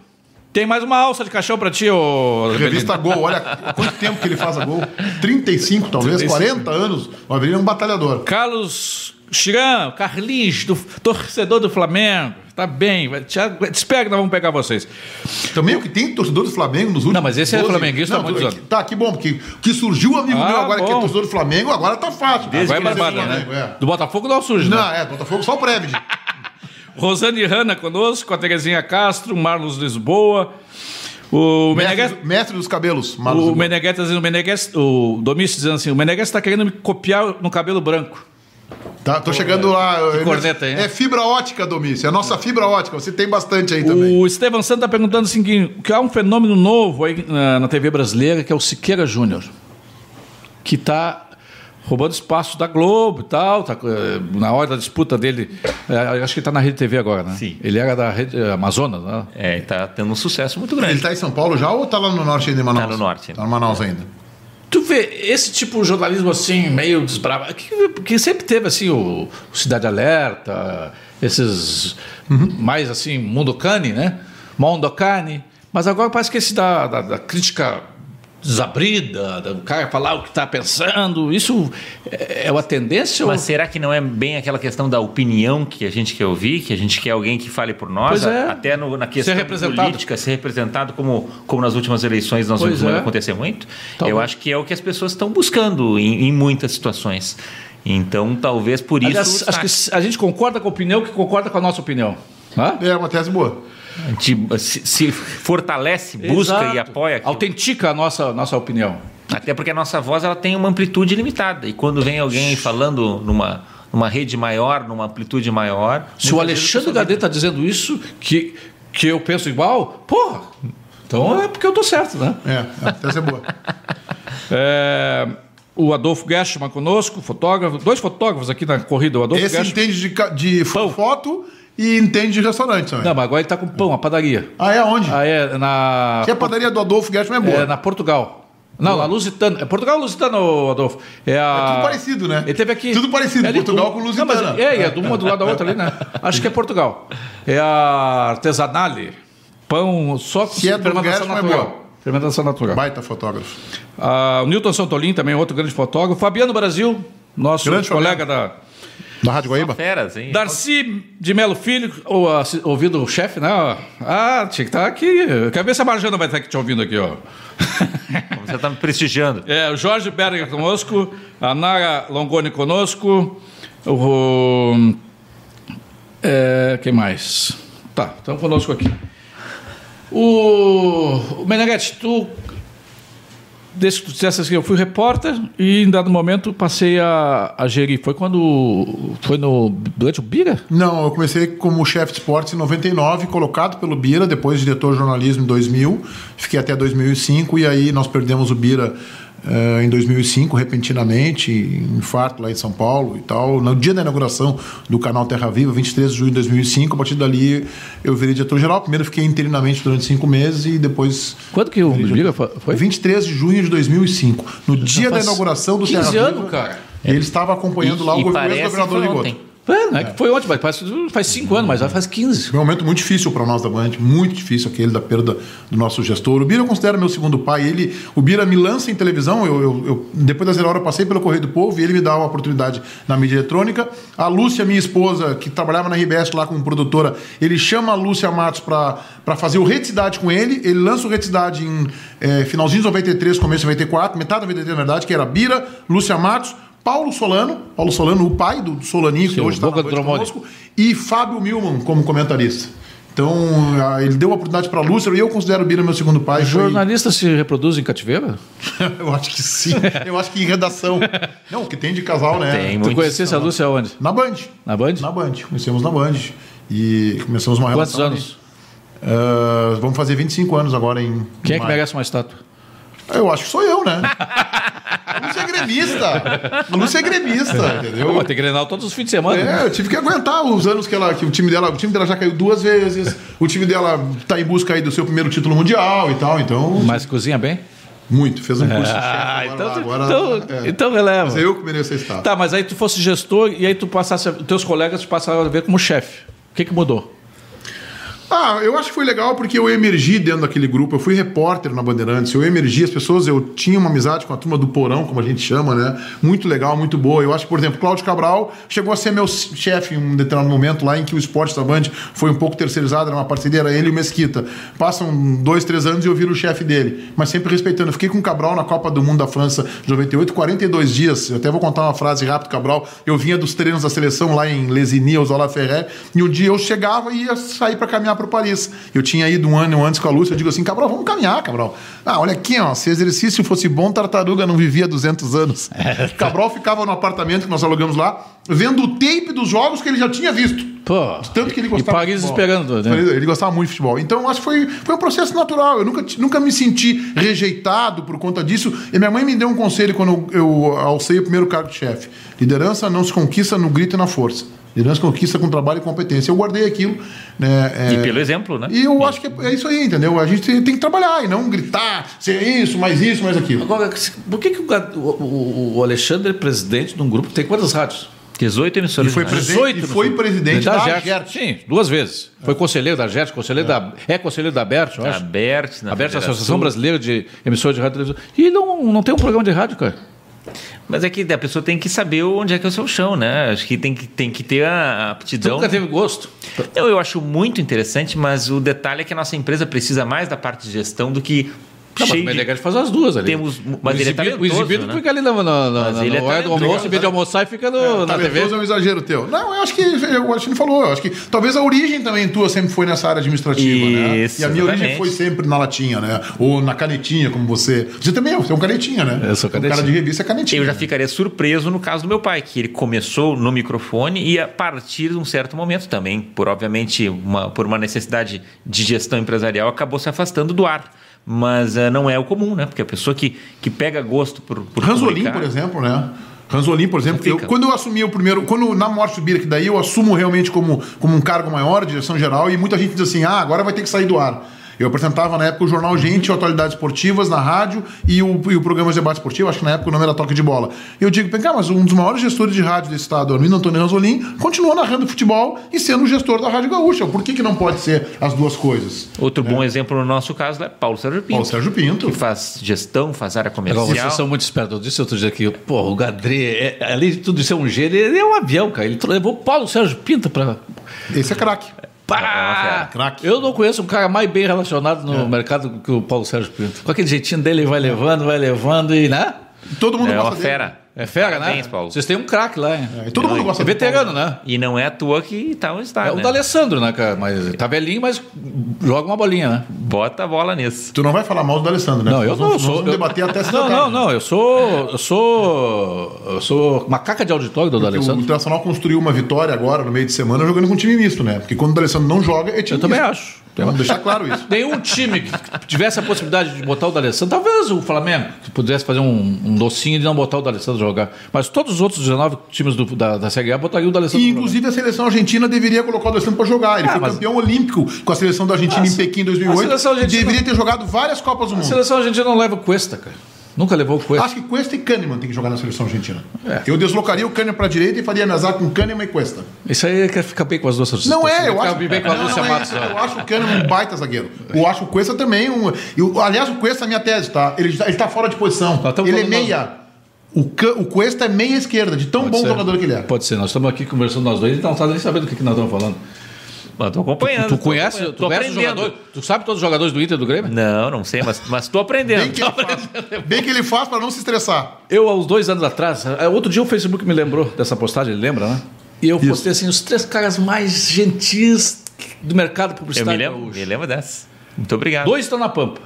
tem mais uma alça de caixão pra ti, ô Avelino.
Revista Gol, olha quanto tempo que ele faz a Gol. 35, talvez, 40 anos. O Avelino é um batalhador.
Carlos Chirão, Carlinhos, do, torcedor do Flamengo. Tá bem, vai- te, te espera que nós vamos pegar vocês.
Também o que tem torcedor do Flamengo nos últimos
Não, mas esse é flamenguista há muitos
tu-
anos.
Tá, que bom, porque o que surgiu um amigo
Ah,
meu agora que é
bom.
torcedor do Flamengo, agora tá fácil.
Vai
Torcedor do
barbada,
Flamengo,
né?
é.
Do Botafogo não surge, né?
Não, é, Botafogo só o Previd.
Rosane Hanna conosco, a Terezinha Castro, Marlos Lisboa, o Menegas...
mestre, mestre dos cabelos. Marlos
O
Lisboa.
Meneghetti tá dizendo, o Meneghetti, o Domício dizendo assim, o Meneghetti está querendo me copiar no cabelo branco.
Tá, tô chegando lá. eu-
corneta, né? hein?
É fibra ótica, Domício. É a nossa fibra ótica. Você tem bastante aí também.
O Estevam Santos está perguntando assim, que, que há um fenômeno novo aí eh, na, na TV brasileira, que é o Siqueira Júnior, que está roubando espaço da Globo e tal, tá, eh, na hora da disputa dele, eh, acho que ele está na Rede TV agora, né?
Sim.
Ele era da Rede eh, Amazonas, né?
É, e tá tendo um sucesso muito
Ele
grande.
tá em São Paulo já ou tá lá no norte ainda, em Manaus?
Tá no norte ainda.
Tá no Manaus ainda.
Tu vê esse tipo de jornalismo assim, meio desbrava, que, que sempre teve assim o, o Cidade Alerta, esses mais assim, Mundo Cane, né? Mondo Cane. Mas agora parece que esse da, da, da crítica desabrida, do cara falar o que está pensando, isso é, é uma tendência?
Mas
ou...
será que não é bem aquela questão da opinião que a gente quer ouvir, que a gente quer alguém que fale por nós,
Pois é.
a- até no- na questão
Ser representado.
política, ser representado como, como nas últimas eleições nós
Pois
vimos
é.
acontecer muito?
Talvez.
Eu acho que é o que as pessoas estão buscando em, em muitas situações. Então, talvez por isso. tá
Aliás, acho que a gente concorda com a opinião que concorda com a nossa opinião. né? Hã?
É uma tese boa.
a gente se, se fortalece, busca e
Exato.
apoia. aquilo.
Autentica a nossa, nossa opinião.
Até porque a nossa voz ela tem uma amplitude limitada. E quando vem alguém falando numa, numa rede maior, numa amplitude maior.
Se o Alexandre Gadê está dizendo isso, que, que eu penso igual, porra, então é porque eu tô certo, né?
É, a tese é boa.
É, o Adolfo Gershman conosco, fotógrafo, dois fotógrafos aqui na corrida, o Adolfo
Esse
Gershman.
entende de, ca- de
Pão.
foto e entende de restaurante também.
Não, mas agora ele tá com pão, a padaria.
Ah, é onde?
Ah, é na,
Que a padaria do Adolfo Gershman é boa.
é na Portugal. Não, na Lusitana. É Portugal ou Lusitana, ô, Adolfo? É, a...
É tudo parecido, né?
Ele teve aqui.
Tudo parecido,
ali
Portugal
do-
com Lusitana.
Não, mas é, é de uma do lado da outra ali, né? Acho que é Portugal. É a Artesanale. Pão só com
Se é do
fermentação
Gershman, é
natural.
boa.
fermentação natural.
Baita fotógrafo.
Ah, o Newton Santolin também é outro grande fotógrafo. Fabiano Brasil, nosso
Grande
colega da.
Da Rádio Guaíba?
é Feras, hein?
Darcy de Melo Filho, ou, ah, se- ouvindo o chefe, né? ó. Ah, tinha que estar aqui. Eu Quero ver se a Marjana vai estar aqui te ouvindo aqui, ó.
Você está me prestigiando.
É, o Jorge Berger conosco, a Nara Longoni conosco, o. É, quem mais? Tá, estão conosco aqui. O, o Meneghetti, tu. Desde que tu dissesse assim, eu fui repórter e em dado momento passei a, a gerir. Foi quando. Foi no. Durante o Bira?
Não, eu comecei como chefe de esportes em 99, colocado pelo Bira, depois diretor de jornalismo em 2000, fiquei até 2005 e aí nós perdemos o Bira eh, em 2005 repentinamente, em infarto lá em São Paulo e tal, no dia da inauguração do canal Terra Viva, 23 de julho de 2005, a partir dali eu virei diretor geral, primeiro fiquei interinamente durante cinco meses e depois
Quando que o Bira fo- foi?
23 de junho de 2005, no dia da
faz
inauguração do
15
Terra
anos,
Viva,
cara.
Ele estava acompanhando
E-
lá
e
o
parece
governador
que foi
Ligoto.
ontem.
É, não é, que foi ontem, mas faz, faz cinco anos, mas já faz 15.
Foi um momento muito difícil para nós da Band, muito difícil aquele da perda do nosso gestor. O Bira eu considero meu segundo pai. Ele, o Bira me lança em televisão. Eu, eu- eu- depois da zero hora eu passei pelo Correio do Povo e ele me dá uma oportunidade na mídia eletrônica. A Lúcia, minha esposa, que trabalhava na RBS lá como produtora, ele chama a Lúcia Matos para fazer o Rede Cidade com ele. Ele lança o Rede Cidade em eh, finalzinho de 93, começo de 94, metade de 93 na verdade, que era Bira, Lúcia Matos. Paulo Solano, Paulo Solano, o pai do Solaninho, que
Sim,
hoje
o
está
Boca do Dromone.
conosco, e Fábio Milman como comentarista. Então, ah, ele deu a oportunidade para Lúcio e eu considero o Bira meu segundo pai. Foi-
Jornalistas se reproduzem em cativeiro?
eu acho que sim. Eu acho que em redação. Não, o que tem de casal, né?
Tem
Tu
muito.
conhecesse a Lúcia onde?
Na Band.
Na Band?
Na Band. Conhecemos na Band. E começamos uma
Quantos
relação.
anos?
ali. Ah, vamos fazer 25 anos agora em.
Quem é que
maio.
merece uma estátua?
Eu acho que sou eu, né? A Lúcia é gremista. A Lúcia é gremista, entendeu?
Pô, tem Grenal todos os fins de semana. né?
É, eu tive que aguentar os anos que, ela, que o time dela. O time dela já caiu duas vezes. o time dela tá em busca aí do seu primeiro título mundial e tal. Então,
Mas cozinha bem?
muito. Fez um curso. de chefe
Ah,
agora
então,
lá, agora,
então,
é.
então releva.
Mas é eu que mereço esse estado.
Tá, mas aí tu fosse gestor e aí tu passasse, teus colegas te passaram a ver como chefe. O que, que mudou?
Ah, eu acho que foi legal porque eu emergi dentro daquele grupo. Eu fui repórter na Bandeirantes. Eu emergi as pessoas. Eu tinha uma amizade com a turma do Porão, como a gente chama, né? Muito legal, muito boa. Eu acho que, por exemplo, Cláudio Cabral chegou a ser meu chefe em um determinado momento lá em que o esporte da Band foi um pouco terceirizado. Era uma parceria, era ele e o Mesquita. Passam dois, três anos e eu viro o chefe dele. Mas sempre respeitando. Eu fiquei com o Cabral na Copa do Mundo da França de 98, 42 dias. Eu até vou contar uma frase rápido, Cabral. Eu vinha dos treinos da seleção lá em Lesigny, Osala Ferrer, e um dia eu chegava e ia sair para caminhar para Paris. Eu tinha ido um ano antes com a Lúcia, eu digo assim, Cabral, vamos caminhar, Cabral. Ah, olha aqui, ó, se exercício fosse bom, tartaruga não vivia 200 anos. Cabral ficava no apartamento que nós alugamos lá, vendo o tape dos jogos que ele já tinha visto.
Pô,
De Tanto que ele
e
gostava.
Paris
de futebol.
esperando, né?
Paris- Ele gostava muito de futebol. Então, eu acho que foi, foi um processo natural. Eu nunca, ti- nunca me senti rejeitado por conta disso. E minha mãe me deu um conselho quando eu, eu alcei o primeiro cargo de chefe: liderança não se conquista no grito e na força. Liderança conquista com trabalho e competência. Eu guardei aquilo. Né, é,
E pelo exemplo, né?
e eu acho que é é isso aí, entendeu? A gente tem tem que trabalhar e não gritar, ser isso, mais isso, mais aquilo.
Agora, por que, que o, Gad- o- o- o Alexandre é presidente de um grupo que tem quantas rádios?
18
E
emissoras.
foi
de rádio.
presidente,
18
e foi presidente da,
Gert.
GERT. É.
Sim, duas vezes. Foi conselheiro da GERT, conselheiro da. É conselheiro da BERT, eu acho.
Aberto, na
A BERT, é a
Federação.
Associação Brasileira de Emissores de Rádio e Televisão. E não, não tem um programa de rádio, cara.
Mas é que a pessoa tem que saber onde é que é o seu chão, né? Acho que tem que, tem que ter a
Tu
aptidão.
é
nunca teve gosto.
Não, Então, eu acho muito interessante, mas o detalhe é que a nossa empresa precisa mais da parte de gestão do que
Não, mas
cheio
é
de...
legal de fazer as duas ali.
Temos- mas
o
ele é
exibido, o
talentoso,
exibido
né?
fica ali na, na, na,
Mas
na
ele é
hora do
talentoso,
almoço, em vez de almoçar, e fica no,
tá
na TV.
Talentoso é um exagero teu. Não, eu acho que eu acho que ele falou. Eu acho que talvez a origem também tua sempre foi nessa área administrativa,
Isso,
né? E a minha origem
exatamente.
foi sempre na latinha, né? Ou na canetinha, como você. Você também é, você é um canetinha, né?
Eu sou
Um cara
canetinha.
de revista é canetinha.
Eu
né?
já ficaria surpreso no caso do meu pai, que ele começou no microfone e a partir de um certo momento também, por obviamente uma, por uma necessidade de gestão empresarial, acabou se afastando do ar. Mas eh, não é o comum, né? Porque a pessoa que, que pega gosto por, por
Ranzolin,
comunicar-
por exemplo, né? Ranzolin, por exemplo,
Não fica.
eu- quando eu assumi o primeiro, quando na morte do Bira, que daí eu assumo realmente como, como um cargo maior, direção geral, e muita gente diz assim: ah, agora vai ter que sair do ar. Eu apresentava na época o jornal Gente, o Atualidades Esportivas na rádio e o, e o programa de debate esportivo, acho que na época o nome era Toque de Bola. Eu digo, "Pô, cara, mas um dos maiores gestores de rádio desse estado, Armindo Antônio Ranzolin, continuou narrando futebol e sendo o gestor da Rádio Gaúcha. Por que, que não pode ser as duas coisas?
Outro
É.
bom exemplo no nosso caso é Paulo Sérgio Pinto.
Paulo Sérgio Pinto.
Que faz gestão, faz área
Agora,
comercial.
vocês são muito espertos. Eu disse outro dia que pô, o Gadri, é- além de tudo isso, é um gênio. Ele é um avião, cara. Ele tro- levou o Paulo Sérgio Pinto para.
Esse é craque.
Pá!
craque.
Eu não conheço um cara mais bem relacionado no
É.
mercado que o Paulo Sérgio Pinto. Com aquele jeitinho dele, ele vai levando, vai levando e, né?
Todo mundo
É
gosta
uma
dele.
fera.
É fera, né?
Parabéns, Paulo.
Vocês têm um craque lá, hein?
É, e todo mundo gosta
É
dele.
veterano, né?
E não é à toa que tá onde está.
É o
né?
da Alessandro, né, cara? Mas tá velhinho, mas joga uma bolinha, né?
Bota a bola nisso.
Tu não vai falar mal do Alessandro, né?
Não, eu
Nós
não
vamos- nós
sou.
Vamos
eu-
debater até essa
Não, não, não. Eu sou. Eu sou. Eu sou macaca de auditório do
O
Alessandro.
Internacional construiu uma vitória agora no meio de semana jogando com time misto, né? Porque quando o Alessandro não joga, é time
Eu também
misto.
acho.
Vamos deixar claro isso.
Nenhum time que tivesse a possibilidade de botar o D'Alessandro, talvez o Flamengo, que pudesse fazer um, um docinho de não botar o D'Alessandro jogar. Mas todos os outros 19 times do- da, da Série A botariam o D'Alessandro
E,
jogar.
inclusive, a seleção argentina deveria colocar o Alessandro pra jogar. Ele foi campeão olímpico com a seleção da Argentina em Pequim em
Ah, a
2008.
seleção
E
argentina-
deveria ter jogado várias Copas do
A
Mundo.
seleção argentina não leva o Cuesta, cara. Nunca levou o Cuesta.
Acho que Cuesta e Kahneman tem que jogar na seleção argentina.
É.
Eu deslocaria o Kahneman pra direita e faria Nazar com Kahneman e Cuesta.
Isso aí quer ficar bem com as duas
Não é, eu
Fica
acho.
bem com a
não,
Lúcia
não é
Matos.
isso. eu acho o Kahneman um baita zagueiro. Eu acho o Cuesta também um. e o- aliás, o Cuesta é a minha tese, tá? Ele, está- ele tá fora de posição.
Nós estamos
Ele é
falando-
meia. O, Ca- o Cuesta é meia esquerda, de tão
Pode
bom
ser.
jogador que ele é.
Pode ser, nós estamos aqui conversando nós dois e não tá nem sabendo o que, que nós estamos falando.
Eu tô acompanhando.
Tu
tô
conhece,
acompanhando,
tu
tô
conhece os
aprendendo.
jogadores? Tu sabe todos os jogadores do Inter e do Grêmio?
Não, não sei, mas, mas tô
Bem
aprendendo.
é
que, ele faz, bem que ele faz pra não se estressar.
Eu, há uns dois anos atrás, eh, outro dia o Facebook me lembrou dessa postagem, ele lembra, né? E eu postei assim, os três caras mais gentis do mercado
Eu
publicitário.
me lembro,
gaúcho.
me lembro dessa. Muito obrigado.
Dois estão na pampa.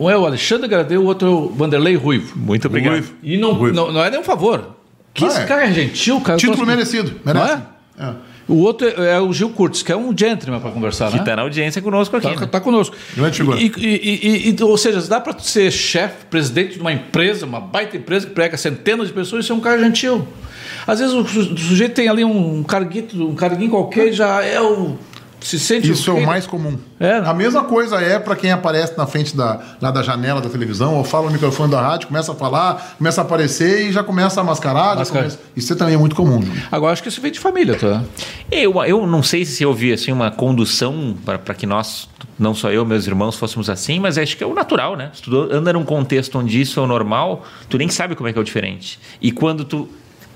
Um é o Alexandre Gradeu, o outro é o Vanderlei Ruivo.
Muito obrigado.
E não, não, não é nenhum favor. Que
Ah,
esse
é.
cara é gentil, cara. Eu
Título
gosto-
merecido.
Não
Merece.
é? O outro é, é o Gil Curtis, que é um gentleman para conversar,
Que
né?
tá na audiência conosco aqui.
Tá,
né?
tá conosco.
Grande figura.
E, e- e- e- ou seja, dá para ser chefe, presidente de uma empresa, uma baita empresa que prega centenas de pessoas e ser um cara gentil. Às vezes o, su- o sujeito tem ali um carguito, um carguinho qualquer e já é o. Se sente
Ah. Isso é o
rei.
mais comum.
É, né?
A mesma coisa é para quem aparece na frente da, lá da janela da televisão, ou fala no microfone da rádio, começa a falar, começa a aparecer e já começa a mascarar. já
Mascara.
começa- Isso também é muito comum, Júlio.
Agora acho que isso vem de família, tá?
Eu, eu não sei se eu vi assim, uma condução para que nós, não só eu, meus irmãos, fôssemos assim, mas acho que é o natural, né? Se tu anda num contexto onde isso é o normal, tu nem sabe como é que é o diferente. E quando tu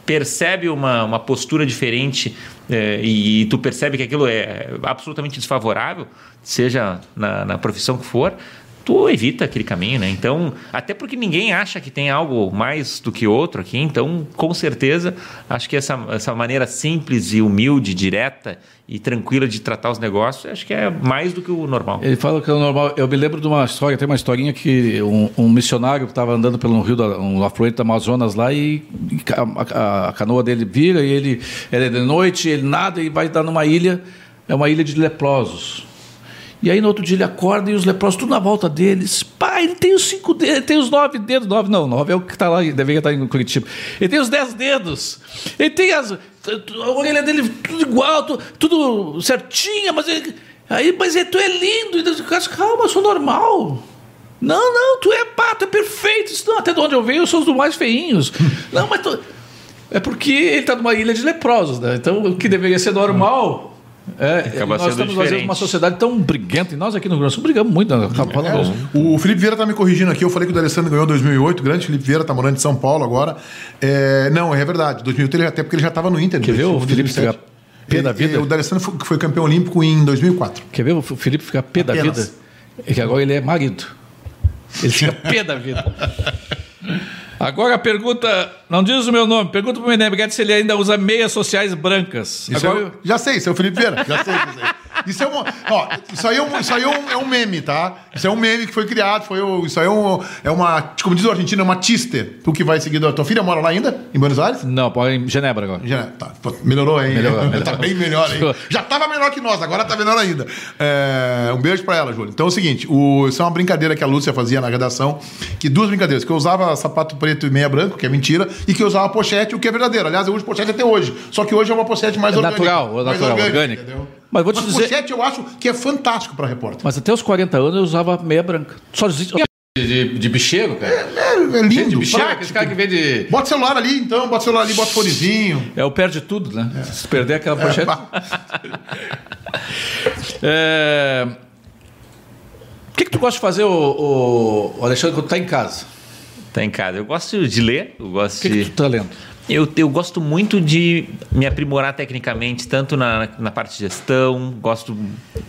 percebe uma, uma postura diferente eh, e, tu percebe que aquilo é absolutamente desfavorável, seja na, na profissão que for, tu evita aquele caminho, né? Então, até porque ninguém acha que tem algo mais do que outro aqui, então, com certeza, acho que essa, essa maneira simples e humilde, direta e tranquila de tratar os negócios, acho que é mais do que o normal.
Ele fala que é o normal. Eu me lembro de uma história, tem uma historinha que um, um missionário estava andando pelo rio, da, um afluente do Amazonas lá e e ca- a, a- a canoa dele vira e ele, ele é de noite, ele nada e vai dar numa ilha, é uma ilha de leprosos. E aí no outro dia ele acorda e os leprosos tudo na volta deles. Pai, ele tem os cinco dedos, ele tem os nove dedos. Nove não, nove é o que está lá, e deveria estar em Curitiba. Ele tem os dez dedos. Ele tem as... A orelha dele tudo igual, tu- tudo certinha, mas ele... Aí, mas é, tu é lindo. E Deus, "Cara, calma, eu sou normal. Não, não, tu é pá, tu é perfeito. Isso não, até de onde eu venho, eu sou os do mais feinhos. não, mas tu... É porque ele está numa ilha de leprosos, né? Então, o que deveria ser normal... É,
Acaba
nós estamos,
sendo
às vezes,
diferente.
uma sociedade sociedade tão briguenta, e nós aqui no Rio Grande do Sul brigamos muito, né? Acaba falando isso.
É. O Felipe Vieira tá me corrigindo aqui. Eu falei que o D'Alessandro ganhou em 2008. O grande Felipe Vieira tá morando em São Paulo agora. É, não, é verdade. 2008 ele até porque ele já estava no Inter.
Quer ver o Felipe ficar pé da
Ele- é,
vida?
O D'Alessandro foi, foi campeão olímpico em 2004.
Quer ver o Felipe ficar pé da
Apenas.
vida? É que agora ele é marido. Ele fica pé da vida. Agora a pergunta, não diz o meu nome, pergunta para o Meneghetti se ele ainda usa meias sociais brancas.
Isso
Agora,
é- já sei, seu Felipe Vieira. Já sei, já sei. Isso, é um, ó, isso aí, é um, isso aí é, um, é um meme, tá? Isso é um meme que foi criado. Foi o- isso aí é, um, é uma. Como diz o argentino, é uma tiste. Tu que vai seguir. da- Tua filha mora lá ainda? Em Buenos Aires?
Não, pô, em Genebra agora.
Já, tá, pô, melhorou, hein?
Melhorou, melhorou.
Tá bem melhor, hein? Já tava melhor que nós, agora tá melhor ainda. É, um beijo pra ela, Júlio. Então é o seguinte, o- isso é uma brincadeira que a Lúcia fazia na redação, que duas brincadeiras, que eu usava sapato preto e meia branco, que é mentira, e que eu usava pochete, o que é verdadeiro. Aliás, eu uso pochete até hoje, só que hoje é uma pochete mais orgânica.
natural, é
mais
natural, orgânica.
entendeu?
Mas vou te dizer-
pochete eu acho que é fantástico pra repórter.
Mas até os 40 anos eu usava meia branca. Só existe... De, de bicheiro, cara?
É, é
Gente, de
lindo,
bicheiro, aquele
prático.
cara que vende...
Bota o celular ali, então, bota o celular ali, bota o fonezinho.
É o perde tudo, né? Se perder aquela pochete. É. O que, que tu gosta de fazer, o, Alexandre, quando tá em casa?
Tá em casa. Eu gosto de ler, eu
O
gosto
que, que
de.
tu tá lendo?
Eu, eu gosto muito de me aprimorar tecnicamente, tanto na, na parte de gestão, gosto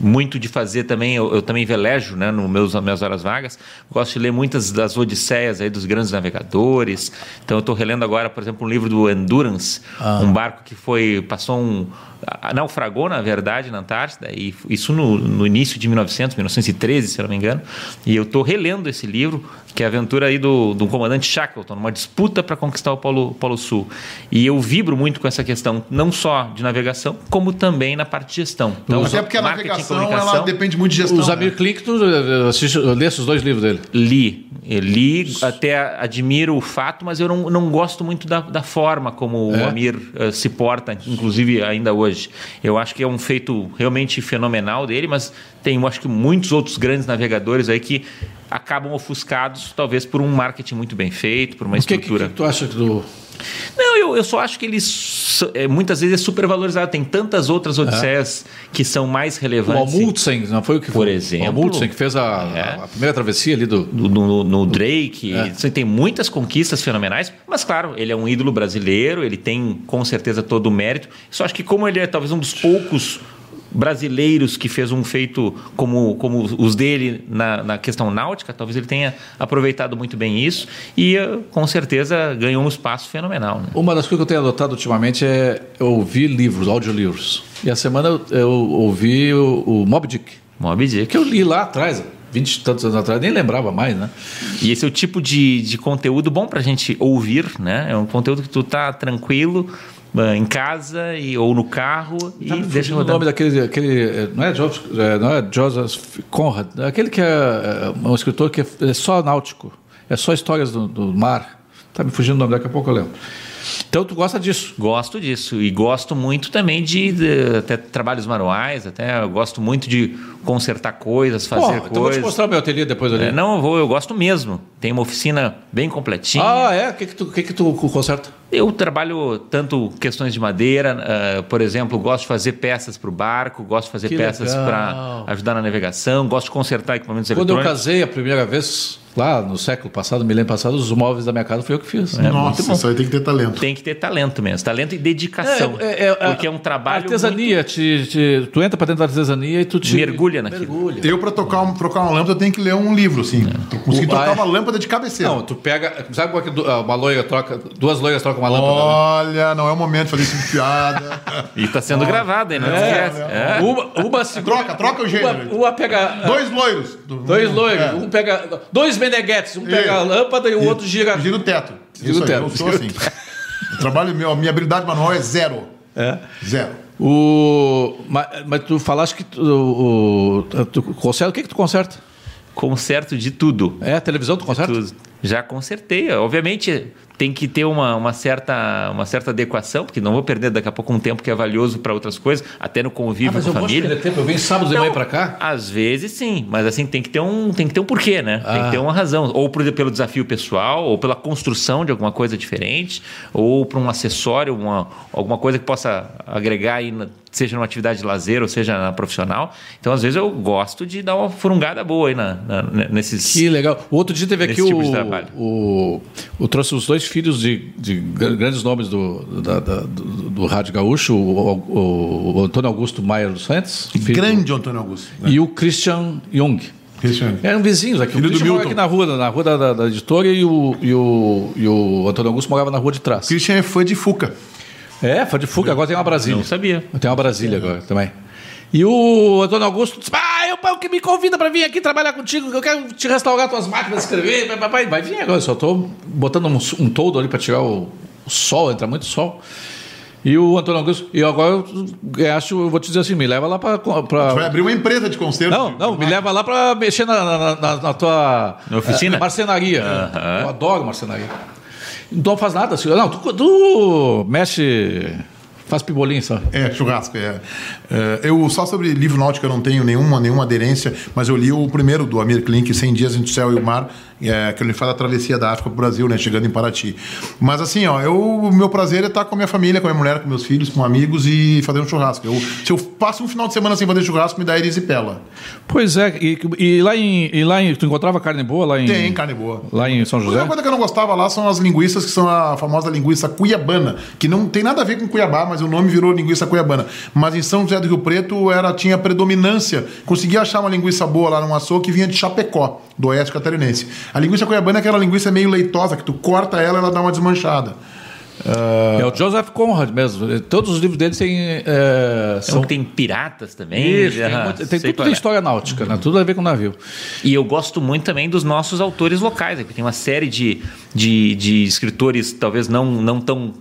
muito de fazer também, eu, eu também velejo né, no meus, nas minhas horas vagas, gosto de ler muitas das odisseias aí dos grandes navegadores, então eu estou relendo agora, por exemplo, um livro do Endurance, um barco que foi, passou um, a- a- naufragou na verdade na Antártida, e f- isso no, no início de 1900, 1913 se eu não me engano, e eu estou relendo esse livro, que é a aventura aí do, do comandante Shackleton, uma disputa para conquistar o Polo, Polo Sul, Sul. E eu vibro muito com essa questão, não só de navegação, como também na parte de gestão. Então,
Até é porque a
marketing e
navegação ela
comunicação,
depende muito de gestão.
O
né?
Zamir Clinkton, eu assisto- eu li esses dois livros dele.
li. Eu li, até admiro o fato, mas eu não, não gosto muito da, da forma como
É?
o Amir eh, se porta, inclusive ainda hoje. Eu acho que é um feito realmente fenomenal dele, mas tem, eu acho que muitos outros grandes navegadores aí que acabam ofuscados, talvez por um marketing muito bem feito, por uma
O que, que,
estrutura.
que tu acha que do.
Não, eu, eu só acho que ele su- é, muitas vezes é supervalorizado. Tem tantas outras odisseias que são mais
É. O
relevantes.
Amundsen, não foi o que
Por
foi?
exemplo.
O Amundsen que fez a,
É.
a primeira travessia ali do.
do- no, no Drake. Você tem muitas conquistas fenomenais, mas claro, ele é um ídolo brasileiro, ele tem com certeza todo o mérito. Só acho que como ele é talvez um dos poucos brasileiros que fez um feito como, como os dele na, na questão náutica, talvez ele tenha aproveitado muito bem isso e eh, com certeza ganhou um espaço fenomenal. né?
Uma das coisas que eu tenho adotado ultimamente é eu ouvir livros, audiolivros. E a semana eu, eu ouvi o, o Mob Dick,
Moby Dick.
É que eu li lá atrás, vinte e tantos anos atrás, nem lembrava mais, né?
E esse é o tipo de, de conteúdo bom pra gente ouvir, né? É um conteúdo que tu tá tranquilo ah, em casa e, ou no carro e
Tá me
deixa
fugindo o nome
rodando.
daquele, aquele, eh, não é Joseph, eh, não é Joseph Conrad, é aquele que é eh, um escritor que é é só náutico, é só histórias do, do mar. Tá me fugindo o nome, daqui a pouco eu lembro. Então tu gosta disso?
Gosto disso e gosto muito também de, de- até trabalhos manuais, até eu gosto muito de consertar coisas, fazer
Pô, então eu vou te
coisas.
mostrar o meu ateliê depois ali.
É, não, eu vou, eu gosto mesmo. Tem uma oficina bem completinha.
ah, é? O que que tu, o que que tu conserta?
Eu trabalho tanto questões de madeira, ah, por exemplo, gosto de fazer peças para o barco, gosto de fazer
Que
peças para
legal.
ajudar na navegação, gosto de consertar equipamentos
Quando eu
eletrônicos.
casei a primeira vez, lá no século passado, milênio passado, os móveis da minha casa foi eu que fiz.
É,
Nossa,
muito bom.
isso aí tem que ter talento.
Tem que ter talento mesmo, talento e dedicação.
É, é, é,
porque é um trabalho.
Artesania, te- te- tu entra pra dentro da artesania e tu te.
Mergulha naquilo.
Mergulha.
Eu, pra tocar um, trocar uma lâmpada, eu tenho que ler um livro, assim. Tô conseguindo
O-
trocar
ah, é.
uma lâmpada de cabeceira.
Não, tá tu pega. Sabe como é que du- ah, uma loira troca. Duas loiras trocam uma lâmpada? né?
Olha, não é o momento de fazer isso de piada.
muito- E está
Ah.
sendo gravado, hein? Não esquece. É.
Uma, uma se-
Troca, troca o gênero.
Uma, uma pega.
Dois loiros.
Dois loiros,
É.
um pega. Dois Meneghetes, um pega a lâmpada e o outro gira.
Gira o teto.
Gira
Isso
o
aí,
teto.
Eu sou assim. O trabalho meu, a minha habilidade manual é zero.
É.
Zero.
O, ma- mas, tu falaste que tu, o, o- tu conserta. O que, que tu conserta?
Conserto de tudo.
É, a televisão tu conserta?
Tu- Já consertei. Obviamente tem que ter uma, uma certa, uma certa adequação, porque não vou perder daqui a pouco um tempo que é valioso para outras coisas, até no convívio
Ah, mas
com a
eu gosto de
família.
perder tempo. Eu venho sábado de
Não,
manhã pra cá.
Às vezes sim, mas assim tem que ter um, tem que ter um porquê, né? Tem que
Ah.
ter uma razão, ou por- pelo desafio pessoal, ou pela construção de alguma coisa diferente, ou para um acessório, uma, alguma coisa que possa agregar aí, na- seja numa atividade de lazer ou seja na profissional. Então às vezes eu gosto de dar uma furungada boa aí na, na- nesses
Que legal. O outro dia teve aqui
Nesse tipo
o,
de trabalho.
o, o. Trouxe os dois filhos de, de gr- grandes nomes do, da- da- do, do Rádio Gaúcho, o, o- o Antônio Augusto Maia dos Santos. filho- né?
Grande Antônio Augusto.
E o Christian Jung.
Christian.
Eram vizinhos aqui.
Filho
o
do
Christian morava
Milton.
aqui na rua, na rua da, da- da editora e o, e, o, e o Antônio Augusto morava na rua de trás.
Christian é fã de Fuca.
É, foi de fuga, agora tem uma Brasília.
Não sabia.
Tem uma Brasília agora também. E o Antônio Augusto disse: Ah, é o pau que me convida para vir aqui trabalhar contigo, que eu quero te restaurar tuas máquinas, escrever. Vai, vai, vai. Vai vir agora, eu só tô botando um, um toldo ali para tirar o, o sol, entra muito sol. E o Antônio Augusto, e agora eu acho, eu vou te dizer assim: me leva lá para.
Vai abrir uma empresa de concerto.
Não, não, me leva lá para mexer na, na- na- na tua.
Na oficina?
eh, marcenaria.
Aham.
Eu adoro marcenaria. Não faz nada, Silvio. Não, tu, tu mexe. Faz pibolim só.
É, churrasco, é. É, Eu só sobre livro náutico eu não tenho nenhuma, nenhuma aderência, mas eu li o primeiro do Amir Klink, 100 Dias entre o Céu e o Mar, é, que ele faz a travessia da África para o Brasil, né, chegando em Paraty. Mas assim, ó, eu, o meu prazer é estar com a minha família, com a minha mulher, com meus filhos, com amigos e fazer um churrasco. Eu, se eu passo um final de semana sem fazer churrasco, me dá erisipela.
Pois é, e, e lá em. E lá em. Tu encontrava carne boa lá em.
Tem carne boa.
Lá em São
A
José?
única coisa que eu não gostava lá são as linguiças, que são a famosa linguiça cuiabana, que não tem nada a ver com Cuiabá, mas o nome virou linguiça cuiabana. Mas em São José do Rio Preto era, tinha predominância. Conseguia achar uma linguiça boa lá num açougue que vinha de Chapecó, do oeste catarinense. A linguiça cuiabana é aquela linguiça meio leitosa, que tu corta ela ela dá uma desmanchada.
É o Joseph Conrad mesmo. Todos os livros dele têm. eh,
Então
são.
tem piratas também.
Isso, tem,
ah,
muito- tem
sei
tudo
qual
de
é.
história náutica, né? Tudo a ver com navio.
E eu gosto muito também dos né? nossos autores locais. Aqui tem uma série de, de, de escritores, talvez não, não tão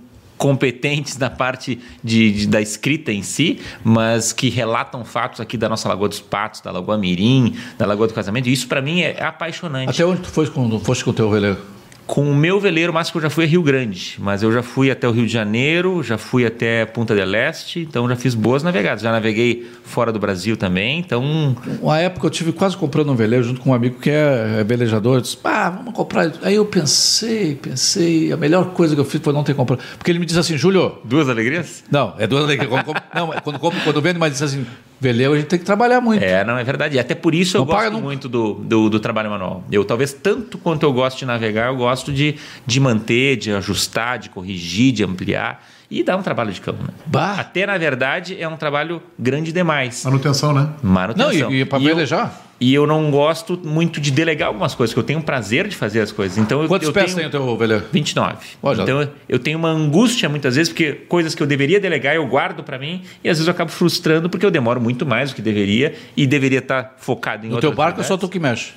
competentes na parte de, de- da escrita em si, mas que relatam fatos aqui da nossa Lagoa dos Patos, da Lagoa Mirim, da Lagoa do Casamento. E isso para mim é apaixonante.
Até onde tu foi com, foste com o teu veleiro?
Com o meu veleiro, o máximo que eu já fui é Rio Grande, mas eu já fui até o Rio de Janeiro, já fui até Punta del Este, então já fiz boas navegadas. Já naveguei fora do Brasil também, então
Uma época eu tive quase comprando um veleiro junto com um amigo que é, é velejador. Eu disse, ah, vamos comprar. Aí eu pensei, pensei. A melhor coisa que eu fiz foi não ter comprado. Porque ele me disse assim, Júlio,
duas alegrias?
Não, é duas alegrias. Quando compro- não, é quando compro, quando vendo, mas diz assim, veleiro a gente tem que trabalhar muito.
É, não é verdade. E até por isso eu
Não paga
gosto
nunca.
muito do, do, do trabalho manual. Eu talvez tanto quanto eu gosto de navegar, eu gosto de, de manter, de ajustar, de corrigir, de ampliar e dar um trabalho de campo. Né?
Bah.
Até na verdade é um trabalho grande demais.
Manutenção, né?
Não,
Manutenção.
e, e para
eu-
velejar?
E eu não gosto muito de delegar algumas coisas, que eu tenho prazer de fazer as coisas. Então eu,
Quantos
eu
pés tem
tenho
o teu veleiro?
29.
Ó, já-
então eu- eu tenho uma angústia muitas vezes porque coisas que eu deveria delegar eu guardo pra mim e às vezes eu acabo frustrando porque eu demoro muito mais do que deveria e deveria estar focado em né?
No teu barco é só tu que mexe.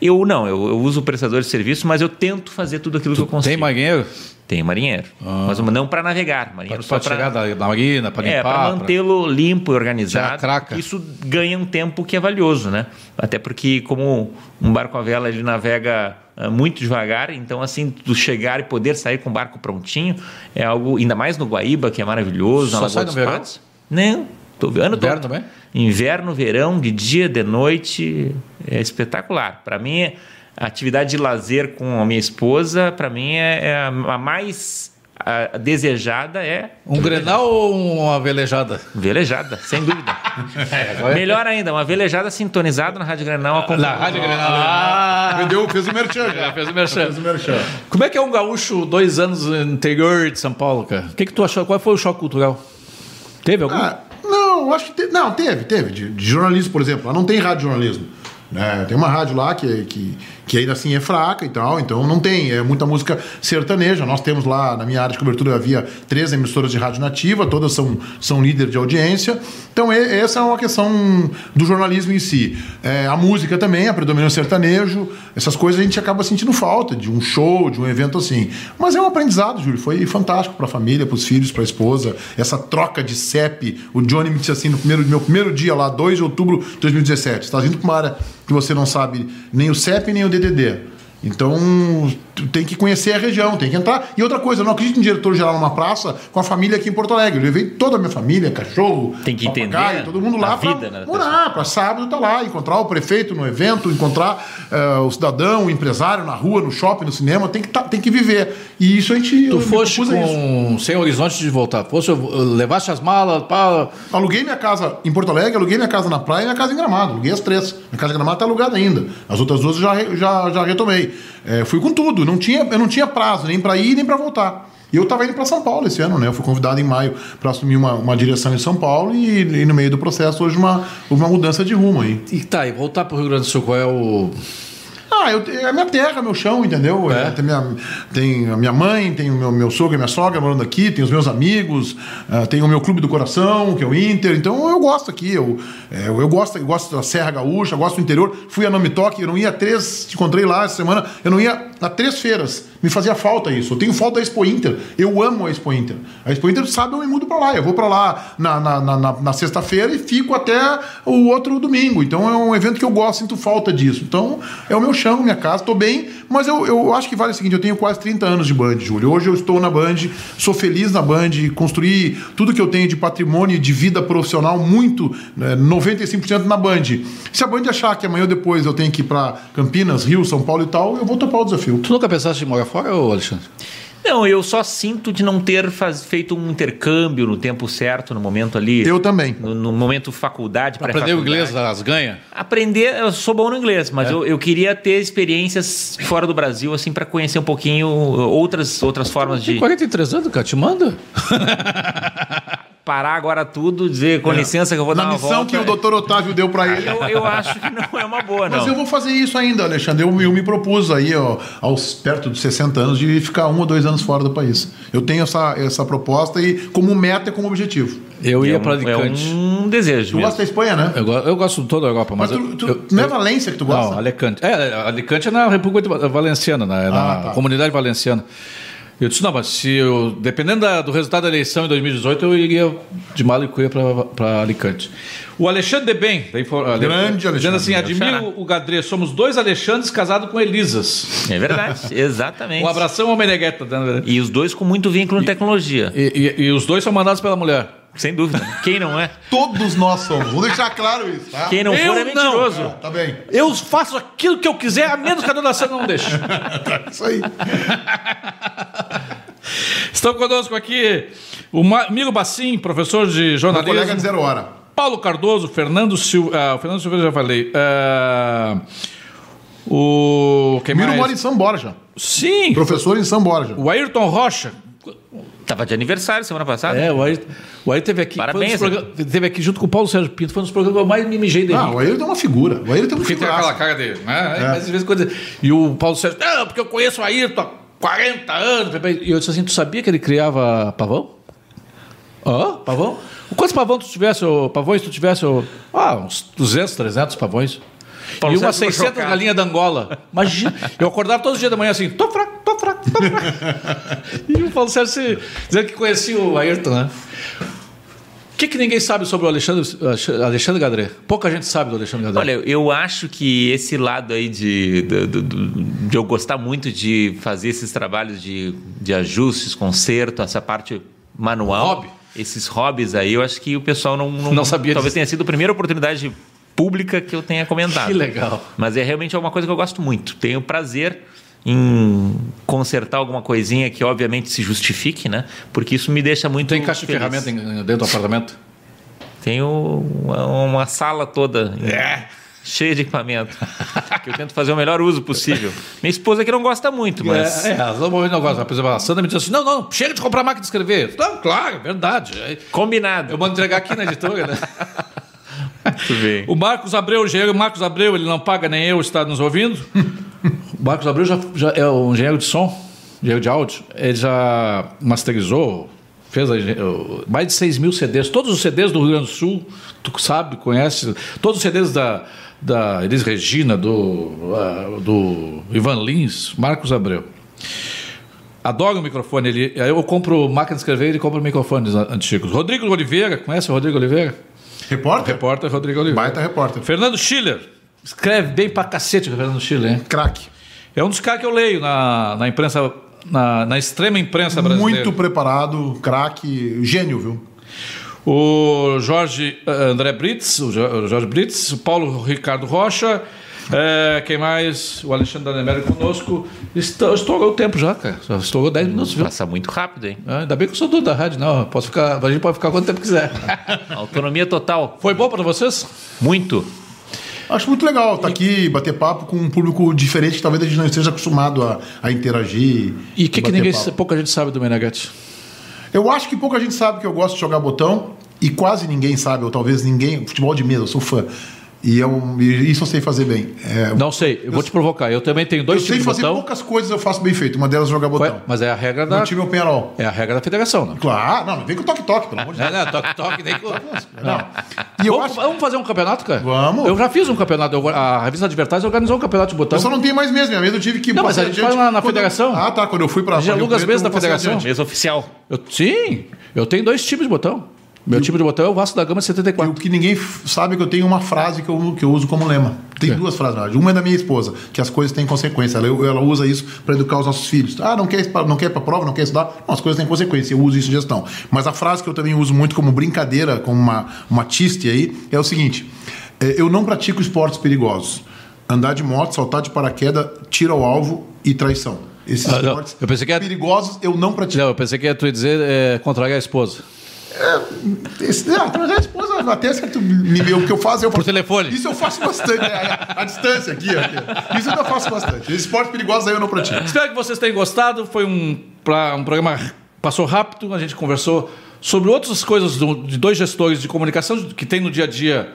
Eu não, eu, eu uso o prestador de serviço, mas eu tento fazer tudo aquilo que eu consigo.
Tem marinheiro?
Tem marinheiro. Mas não pra navegar, marinheiro
Pra
só pra
chegar da, da marina, pra limpar.
é, para
pra-
mantê-lo limpo e
Tirar a
organizado.
craca.
Isso ganha um tempo que é valioso, né? Até porque, como um barco à vela, ele navega ah, muito devagar, então, assim, tu chegar e poder sair com o barco prontinho é algo, ainda mais no Guaíba, que é maravilhoso.
Só
na Lagoa
sai no
dos
verão?
Patos. Não, tô ano
Inverno
todo.
também?
Inverno, verão, de dia, de noite, é espetacular. Para mim, é- a atividade de lazer com a minha esposa, para mim, é, é a a mais ah, desejada é
Um grenal ou uma velejada?
Velejada, sem dúvida. Melhor ainda, uma velejada sintonizada na Rádio Grenal. acompanha-
É, Na rádio grenal. Ah,
Me deu, fez o merchan
já
já.
fez o merchan.
Fez o merchan.
Como é que é um gaúcho dois anos no interior de São Paulo, cara? O que, que tu achou? Qual foi o choque cultural? Teve algum?
Ah, não, acho que te- não, teve, teve. De, de jornalismo, por exemplo. Lá não tem rádio jornalismo. Né? Tem uma rádio lá que, que, que ainda assim é fraca e tal, então não tem. É muita música sertaneja. Nós temos lá, na minha área de cobertura, havia três emissoras de rádio nativa, todas são, são líder de audiência. Então, e- essa é uma questão do jornalismo em si. É, a música também, a predomínio sertanejo, essas coisas a gente acaba sentindo falta de um show, de um evento assim. Mas é um aprendizado, Júlio. Foi fantástico para a família, para os filhos, para a esposa. Essa troca de CEP. O Johnny me disse assim no primeiro, meu primeiro dia lá, 2 de outubro de 2017. Você está indo para uma área que você não sabe nem o CEP nem o DDD. Então, tu tem que conhecer a região, tem que entrar. E outra coisa, eu não acredito em diretor-geral numa praça com a família aqui em Porto Alegre. Eu levei toda a minha família, cachorro,
Tem que entender
papagaio, todo mundo
a
lá pra
vida, né, da
morar, para sábado tá lá, encontrar o prefeito no evento, encontrar eh, o cidadão, o empresário na rua, no shopping, no cinema, tem que, tá- tem que viver. E isso a gente Ah, eu
Tu
me
foste
propus a isso.
com, sem horizonte de voltar. Fosse, levaste as malas, pá,
Aluguei minha casa em Porto Alegre, aluguei minha casa na praia e minha casa em Gramado. Aluguei as três. Minha casa em Gramado tá alugada ainda. As outras duas eu já, re- já, já retomei. É, fui com tudo. Não tinha, eu não tinha prazo nem para ir nem para voltar. E eu tava indo para São Paulo esse ano, né? Eu fui convidado em maio para assumir uma, uma direção em São Paulo e, e no meio do processo hoje uma, houve uma mudança de rumo aí.
E tá, e voltar pro Rio Grande do Sul, qual é o.
Ah, eu, é a minha terra, meu chão, entendeu? É, tem, minha, tem a minha mãe, tem o meu, meu sogro e minha sogra morando aqui, tem os meus amigos, ah, tem o meu clube do coração, que é o Inter. Então eu gosto aqui, eu, é, eu, eu gosto, eu gosto da Serra Gaúcha, eu gosto do interior. Fui a Nome Toque, eu não ia a três, te encontrei lá essa semana, eu não ia a três feiras. Me fazia falta isso. Eu tenho falta da Expo Inter. Eu amo a Expo Inter. A Expo Inter sabe, eu me mudo pra lá. Eu vou pra lá na, na, na- na- na sexta-feira e fico até o outro domingo. Então é um evento que eu gosto, sinto falta disso. Então é o meu chão, minha casa, tô bem, mas eu, eu acho que vale o seguinte: eu tenho quase 30 anos de Band, Júlio. Hoje eu estou na Band, sou feliz na Band, construí tudo que eu tenho de patrimônio e de vida profissional, muito, né, 95% na Band. Se a Band achar que amanhã ou depois eu tenho que ir pra Campinas, Rio, São Paulo e tal, eu vou topar o desafio.
Tu nunca pensaste em morar fora, ô Alexandre?
Não, eu só sinto de não ter faz- feito um intercâmbio no tempo certo, no momento ali.
Eu também.
No, no momento faculdade,
Pra aprender o
pré-faculdade.
inglês, É. as ganhas?
Aprender, eu sou bom no inglês, mas eu, eu queria ter experiências fora do Brasil, assim, para conhecer um pouquinho uh, outras, outras formas
Tem
de
43 anos, cara, te manda?
parar agora tudo,
É.
dizer com licença que eu vou
Na
dar uma
missão
volta. Ah,
que o doutor Otávio deu pra ele.
eu, eu acho que não é uma boa, não.
Mas eu vou fazer isso ainda, Alexandre. Eu, eu me propus aí, ó, aos perto dos 60 anos, de ficar um ou dois anos fora do país. Eu tenho essa, essa proposta e como meta e como objetivo.
Eu
é
ia
um,
pra
é
Alicante.
um desejo.
Tu
mesmo.
gosta da Espanha, né?
Eu, go- eu gosto de toda a Europa, mas.
Mas
eu-
tu, tu-
eu-
não é Valência que tu gosta?
Não, Alicante. É, Alicante é na República Valenciana, na, na
Ah, tá.
comunidade valenciana. Eu disse, não, mas se eu, dependendo da- do resultado da eleição em 2018, eu iria de mala e cuia para Alicante. O Alexandre de Bem, da info, Ale-
Grande Alexandre. né?
dizendo assim,
Meu
admiro
xará.
o Gadré, somos dois Alexandres casados com Elisas.
É verdade, exatamente.
Um abração ao Menegheta. né?
E os dois com muito vínculo em tecnologia,
E, e- e os dois são mandados pela mulher.
sem dúvida. Quem não é?
Todos nós somos. Vou deixar claro isso, tá?
Quem não
Eu
for é
não.
mentiroso.
Ah, tá bem.
Eu faço aquilo que eu quiser, a menos que a dona Sandra não deixe.
Isso aí.
Tá Estão conosco aqui o Ma- Miro Bassim, professor de
Meu
jornalismo.
colega de zero hora.
Paulo Cardoso, Fernando Silva. Ah, o Fernando Silva eu já falei. Ah, o. Quem
Miro
mais?
mora em São Borja.
Sim!
Professor em São Borja.
O Ayrton Rocha.
Tava de aniversário semana passada.
É, o Ayrton, o Ayrton teve aqui.
Parabéns,
foi um dos progra- Teve aqui junto com o Paulo Sérgio Pinto. Foi um dos programas que eu mais me mijei dele.
Ah, o Ayrton é uma figura. O Ayrton é um
Porque tem aquela
figuraço.
cara dele, né?
É.
Mas de vez em quando. E o Paulo Sérgio, não, porque eu conheço o Ayrton há 40 anos. E eu disse assim: tu sabia que ele criava pavão? Hã? pavão? Quantos pavão tu tivesse, ô, pavões tu tivesse? ô? Ah, uns 200, 300 pavões.
Paulo
e umas
Sérgio ficou
600
chocado.
galinhas da Angola. Imagina. Eu acordava todos os dias da manhã assim, tô fraco, tô fraco, tô fraco. e o Paulo Sérgio se- dizendo que conhecia o Ayrton, né? O que, que ninguém sabe sobre o Alexandre, Alexandre Gadré? Pouca gente sabe do Alexandre Gadré.
Olha, eu acho que esse lado aí de, do- do- do- de eu gostar muito de fazer esses trabalhos de, de ajustes, conserto, essa parte manual.
Hobby.
Esses hobbies aí, eu acho que o pessoal não,
Não sabia
Talvez
disso.
tenha sido a primeira oportunidade pública que eu tenha comentado.
Que legal.
Mas é realmente alguma coisa que eu gosto muito. Tenho prazer em consertar alguma coisinha que obviamente se justifique, né? Porque isso me deixa muito
Tem caixa de
feliz.
ferramenta em- dentro do apartamento?
Tenho uma, uma sala toda
É.
cheia de equipamento. que eu tento fazer o melhor uso possível. Minha esposa que não gosta muito, mas.
É, é, elas não vão negócio. Por exemplo, a Sandra me disse assim: não, não, chega de comprar máquina de escrever. Não, claro, é verdade. Aí
Combinado.
Eu vou entregar aqui na editora, né?
Muito bem.
O Marcos Abreu, o engenheiro Marcos Abreu, ele não paga nem eu, está nos ouvindo. O Marcos Abreu já, já é um engenheiro de som, engenheiro de áudio. Ele já masterizou, fez a engen- o- mais de 6 mil CDs. Todos os CDs do Rio Grande do Sul, tu sabe, conhece. Todos os CDs da, da Elis Regina, do, ah, do Ivan Lins, Marcos Abreu. Adoro o microfone. Ele, eu compro máquina de escrever e ele compra microfones a- antigos. Rodrigo Oliveira, conhece o Rodrigo Oliveira?
Repórter?
Repórter Rodrigo Oliveira.
Baita repórter.
Fernando Schiller. Escreve bem pra cacete o Fernando Schiller, hein?
Craque.
É um dos caras que eu leio na, na imprensa, na, na extrema imprensa brasileira.
Muito preparado, craque, gênio, viu?
O Jorge eh, André Brits, o Jo- o Jorge Brits, o Paulo Ricardo Rocha, eh, quem mais? O Alexandre Danemeri conosco. Estou, estourou o tempo já, cara. Já estourou 10 minutos, viu?
Passa muito rápido, hein?
Ah, Ainda bem que eu sou dono da rádio, não. eu Posso ficar, a gente pode ficar quanto tempo quiser.
Autonomia total.
Foi bom pra vocês?
Muito.
Acho muito legal estar aqui, bater papo com um público diferente que talvez a gente não esteja acostumado a, a interagir.
E o que, que
bater
ninguém,
papo.
pouca gente sabe do Meneghete?
Eu acho que pouca gente sabe que eu gosto de jogar botão e quase ninguém sabe, ou talvez ninguém. Futebol de mesa, eu sou fã. E, é um- e isso eu sei fazer bem. É,
Não sei, eu vou te provocar. Eu também tenho
eu
dois tipos
sei
de
fazer
botão.
poucas coisas eu faço bem feito, uma delas é jogar botão.
Ué, mas é a regra da.
Meu time é o Penarol.
É a regra da federação, né?
Claro, não, vem com toque-toque, pelo amor de Deus.
Não, não, toque, toque, nem com.
Não. E eu
vamos,
acho.
vamos fazer um campeonato, cara?
Vamos.
Eu já fiz um campeonato. eu- a revista Advertise organizou um campeonato de botão.
Eu só não tenho mais mesa, minha mesa eu tive que
Não, mas
passar
a gente
adiante.
faz na- na
Quando-
federação.
Ah, tá, quando eu fui pra
A gente
Rio
aluga as
Preto,
mesas
eu
da
passei
federação.
adiante.
Mesa oficial.
Eu- sim, eu tenho dois tipos de botão. Meu tipo de botão é o Vasco da Gama de
E o
74.
que ninguém f- sabe é que eu tenho uma frase que eu, que eu uso como lema. Tem duas frases, na verdade. Uma é da minha esposa, que as coisas têm consequência. Ela, ela usa isso para educar os nossos filhos. Ah, não quer, ir pra- não quer ir pra prova, não quer estudar? Não, as coisas têm consequência. Eu uso isso em gestão. Mas a frase que eu também uso muito como brincadeira, como uma, uma tiste aí, é o seguinte. é, eu não pratico esportes perigosos. Andar de moto, saltar de paraquedas, tiro ao alvo e traição. Esses
Ah, não.
esportes
Eu pensei que era-
perigosos eu não pratico.
Não, eu pensei que ia tu ia dizer é, contrariar a esposa.
Esse, não, mas a esposa até se tu me vê o que eu faço, eu faço.
Por telefone.
Isso eu faço bastante, né? a, a distância aqui, ó, aqui. Isso eu ainda faço bastante. Esporte perigoso aí eu não pratico.
Espero que vocês tenham gostado. Foi um, pra- um programa passou rápido. A gente conversou sobre outras coisas do- de dois gestores de comunicação que tem no dia a dia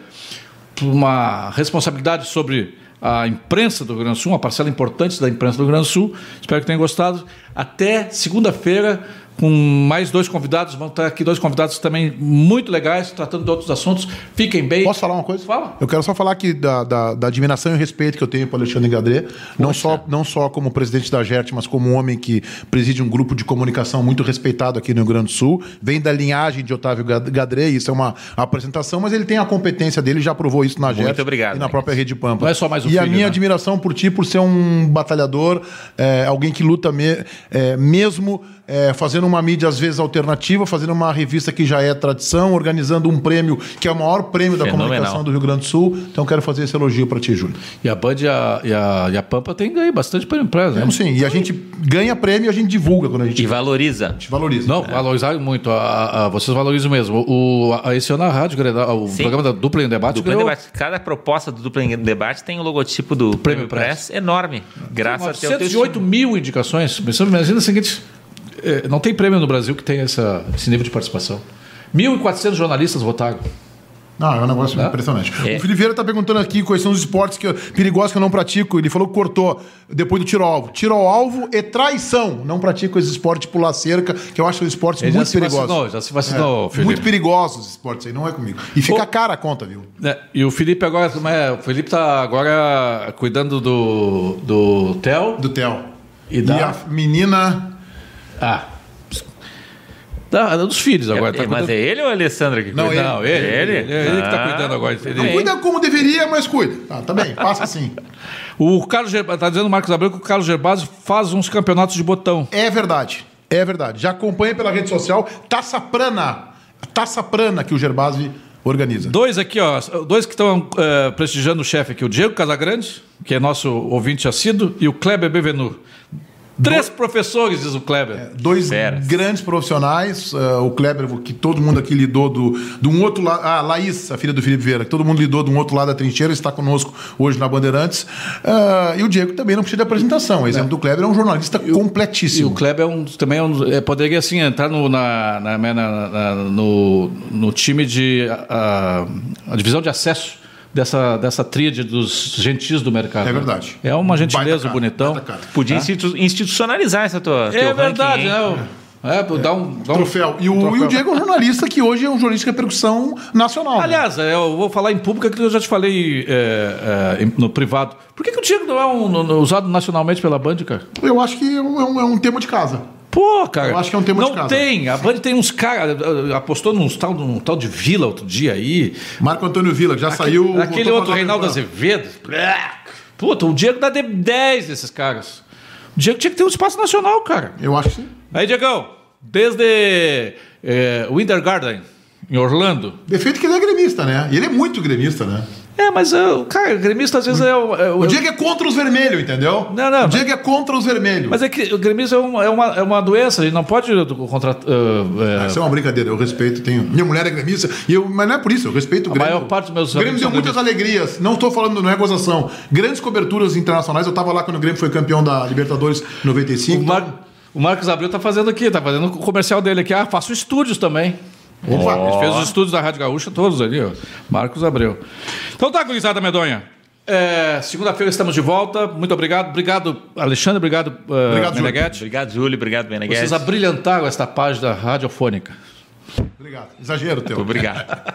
uma responsabilidade sobre a imprensa do Rio Grande do Sul, uma parcela importante da imprensa do Rio Grande do Sul. Espero que tenham gostado. até segunda-feira com mais dois convidados. Vão estar aqui dois convidados também muito legais, tratando de outros assuntos. Fiquem bem.
Posso falar uma coisa?
Fala.
Eu quero só falar aqui da, da, da admiração e respeito que eu tenho para Alexandre Gadret, não só, não só como presidente da GERT, mas como um homem que preside um grupo de comunicação muito respeitado aqui no Rio Grande do Sul. Vem da linhagem de Otávio Gad- Gadret, isso é uma apresentação, mas ele tem a competência dele, já provou isso na GERT
obrigado,
e na
Mike.
própria Rede Pampa.
Não é só mais um
E a
filho,
minha
né?
admiração por ti, por ser um batalhador, é, alguém que luta me- é, mesmo é, fazendo uma mídia às vezes alternativa, fazendo uma revista que já é tradição, organizando um prêmio que é o maior prêmio da
Fenomenal.
comunicação do Rio Grande do Sul. Então quero fazer esse elogio para ti, Júlio.
E a Band e a, e a, e a Pampa tem ganho bastante para a empresa. né?
Então, sim, e a gente ganha prêmio e a gente divulga quando a gente
E valoriza.
valoriza.
Não, valorizaram muito. a- a- vocês valorizam mesmo. O, a, esse ano a Rádio Grenal, o
Sim.
programa da Dupla em Debate,
Dupla em
ganhou
debate. Cada proposta do Dupla em Debate tem o logotipo do Prêmio Press, enorme. Graças a Deus.
908 mil indicações. Mas você Imagina o seguinte: eh, não tem prêmio no Brasil que tenha essa, esse nível de participação. 1.400 jornalistas votaram.
Não, é um negócio impressionante.
É.
O Felipe Vieira tá perguntando aqui quais são os esportes que eu- perigosos que eu não pratico. Ele falou que cortou depois do tiro ao alvo. Tiro ao alvo é traição. Não pratico esse esporte pular cerca, que eu acho esportes
Ele já
muito
se
perigosos.
vacinou, já se vacinou, Felipe.
É. Muito perigosos esses esportes aí, não é comigo. E fica cara a conta, viu?
Né, E o Felipe agora. como é, o Felipe tá agora cuidando do, do Theo.
Do Theo.
E da-
a menina.
Ah. Da, dos filhos agora.
É,
tá
mas
cuidando-
é ele ou é Alessandra que
Não,
cuida?
ele.
Não, ele.
Ele?
Ele, ele que
Ah.
tá cuidando agora.
Não
Ele-
cuida como deveria, mas cuida. Tá, tá bem, passa assim.
O Carlos Gerba- tá dizendo o Marcos Abreu que o Carlos Gerbasi faz uns campeonatos de botão.
É verdade. É verdade. Já acompanha pela rede social Taça Prana. A Taça Prana que o Gerbasi organiza.
Dois aqui, ó. Dois que estão eh, prestigiando o chefe aqui. O Diego Casagrande, que é nosso ouvinte assíduo, e o Kleber Bevenu. Três professores, diz o Kleber.
Dois
Feras.
grandes profissionais, eh, o Kleber, que todo mundo aqui lidou do, de um outro lado. A Laís, a filha do Felipe Vieira, que todo mundo lidou de um outro lado da trincheira, está conosco hoje na Bandeirantes. Ah, e o Diego também não precisa de apresentação. O exemplo do Kleber é um jornalista
E o
completíssimo.
Kleber é um, também é um, é, poderia assim entrar no, na, na- na- na- na- no, no time de a, a- a divisão de acesso dessa, dessa tríade dos gentis do mercado.
É verdade.
É uma gentileza
Baita cara,
bonitão.
baita cara.
Podia institu- institucionalizar essa tua.
É verdade, né? É, dá um, dá um-
Troféu. E o, e o Diego é um jornalista que hoje é um jornalista de repercussão nacional. né?
Aliás, é, eu vou falar em público aquilo que eu já te falei é, é, em- no privado. Por que, que o Diego não é um- no- no- usado nacionalmente pela Band, cara?
Eu acho que é um, é um tema de casa.
Pô, cara.
Eu acho que é um tema de
não
casa.
tem. A Band tem uns caras. eh, Apostou num tal, num tal de Vila outro dia aí.
Marco Antônio Vila, que já saiu.
Aquele
voltou
outro
pra-
Reinaldo Azevedo. Puta, o Diego dá de 10 desses caras. O Diego tinha que ter um espaço nacional, cara.
Eu acho que sim.
Aí, Diegão, desde eh, Winter Garden, em Orlando,
Defeito que ele é gremista, né? E ele é muito gremista, né?
É, mas o cara, o gremista às vezes é o. é o-
O Diego é contra os vermelhos, entendeu?
Não, não,
O
mas-
Diego é contra os vermelhos.
Mas é que o gremista é uma, é uma, é uma doença, a gente não pode uh, contratar.
Ah, Isso é uma brincadeira, eu respeito, tenho. Minha mulher é gremista, e eu, mas não é por isso, eu respeito o
A
Grêmio.
maior parte dos meus
O Grêmio
amigos
deu
são
muitas alegrias, não estou falando, não é gozação. Grandes coberturas internacionais, eu estava lá quando o Grêmio foi campeão da Libertadores em 95.
o,
então.
Mar- o Marcos Abreu tá fazendo aqui, tá fazendo o comercial dele aqui. Ah, faço estúdios também.
Opa,
Ele fez os estúdios da Rádio Gaúcha, todos ali, ó. Marcos Abreu. Então tá, gurizada medonha. É, Segunda-feira estamos de volta. Muito obrigado. Obrigado, Alexandre. Obrigado, eh,
Obrigado, Júlio.
Meneghetti.
Obrigado, Júlio. Obrigado, Meneghete.
Vocês abrilhantaram esta página radiofônica.
Obrigado. Exagero teu.
Obrigado.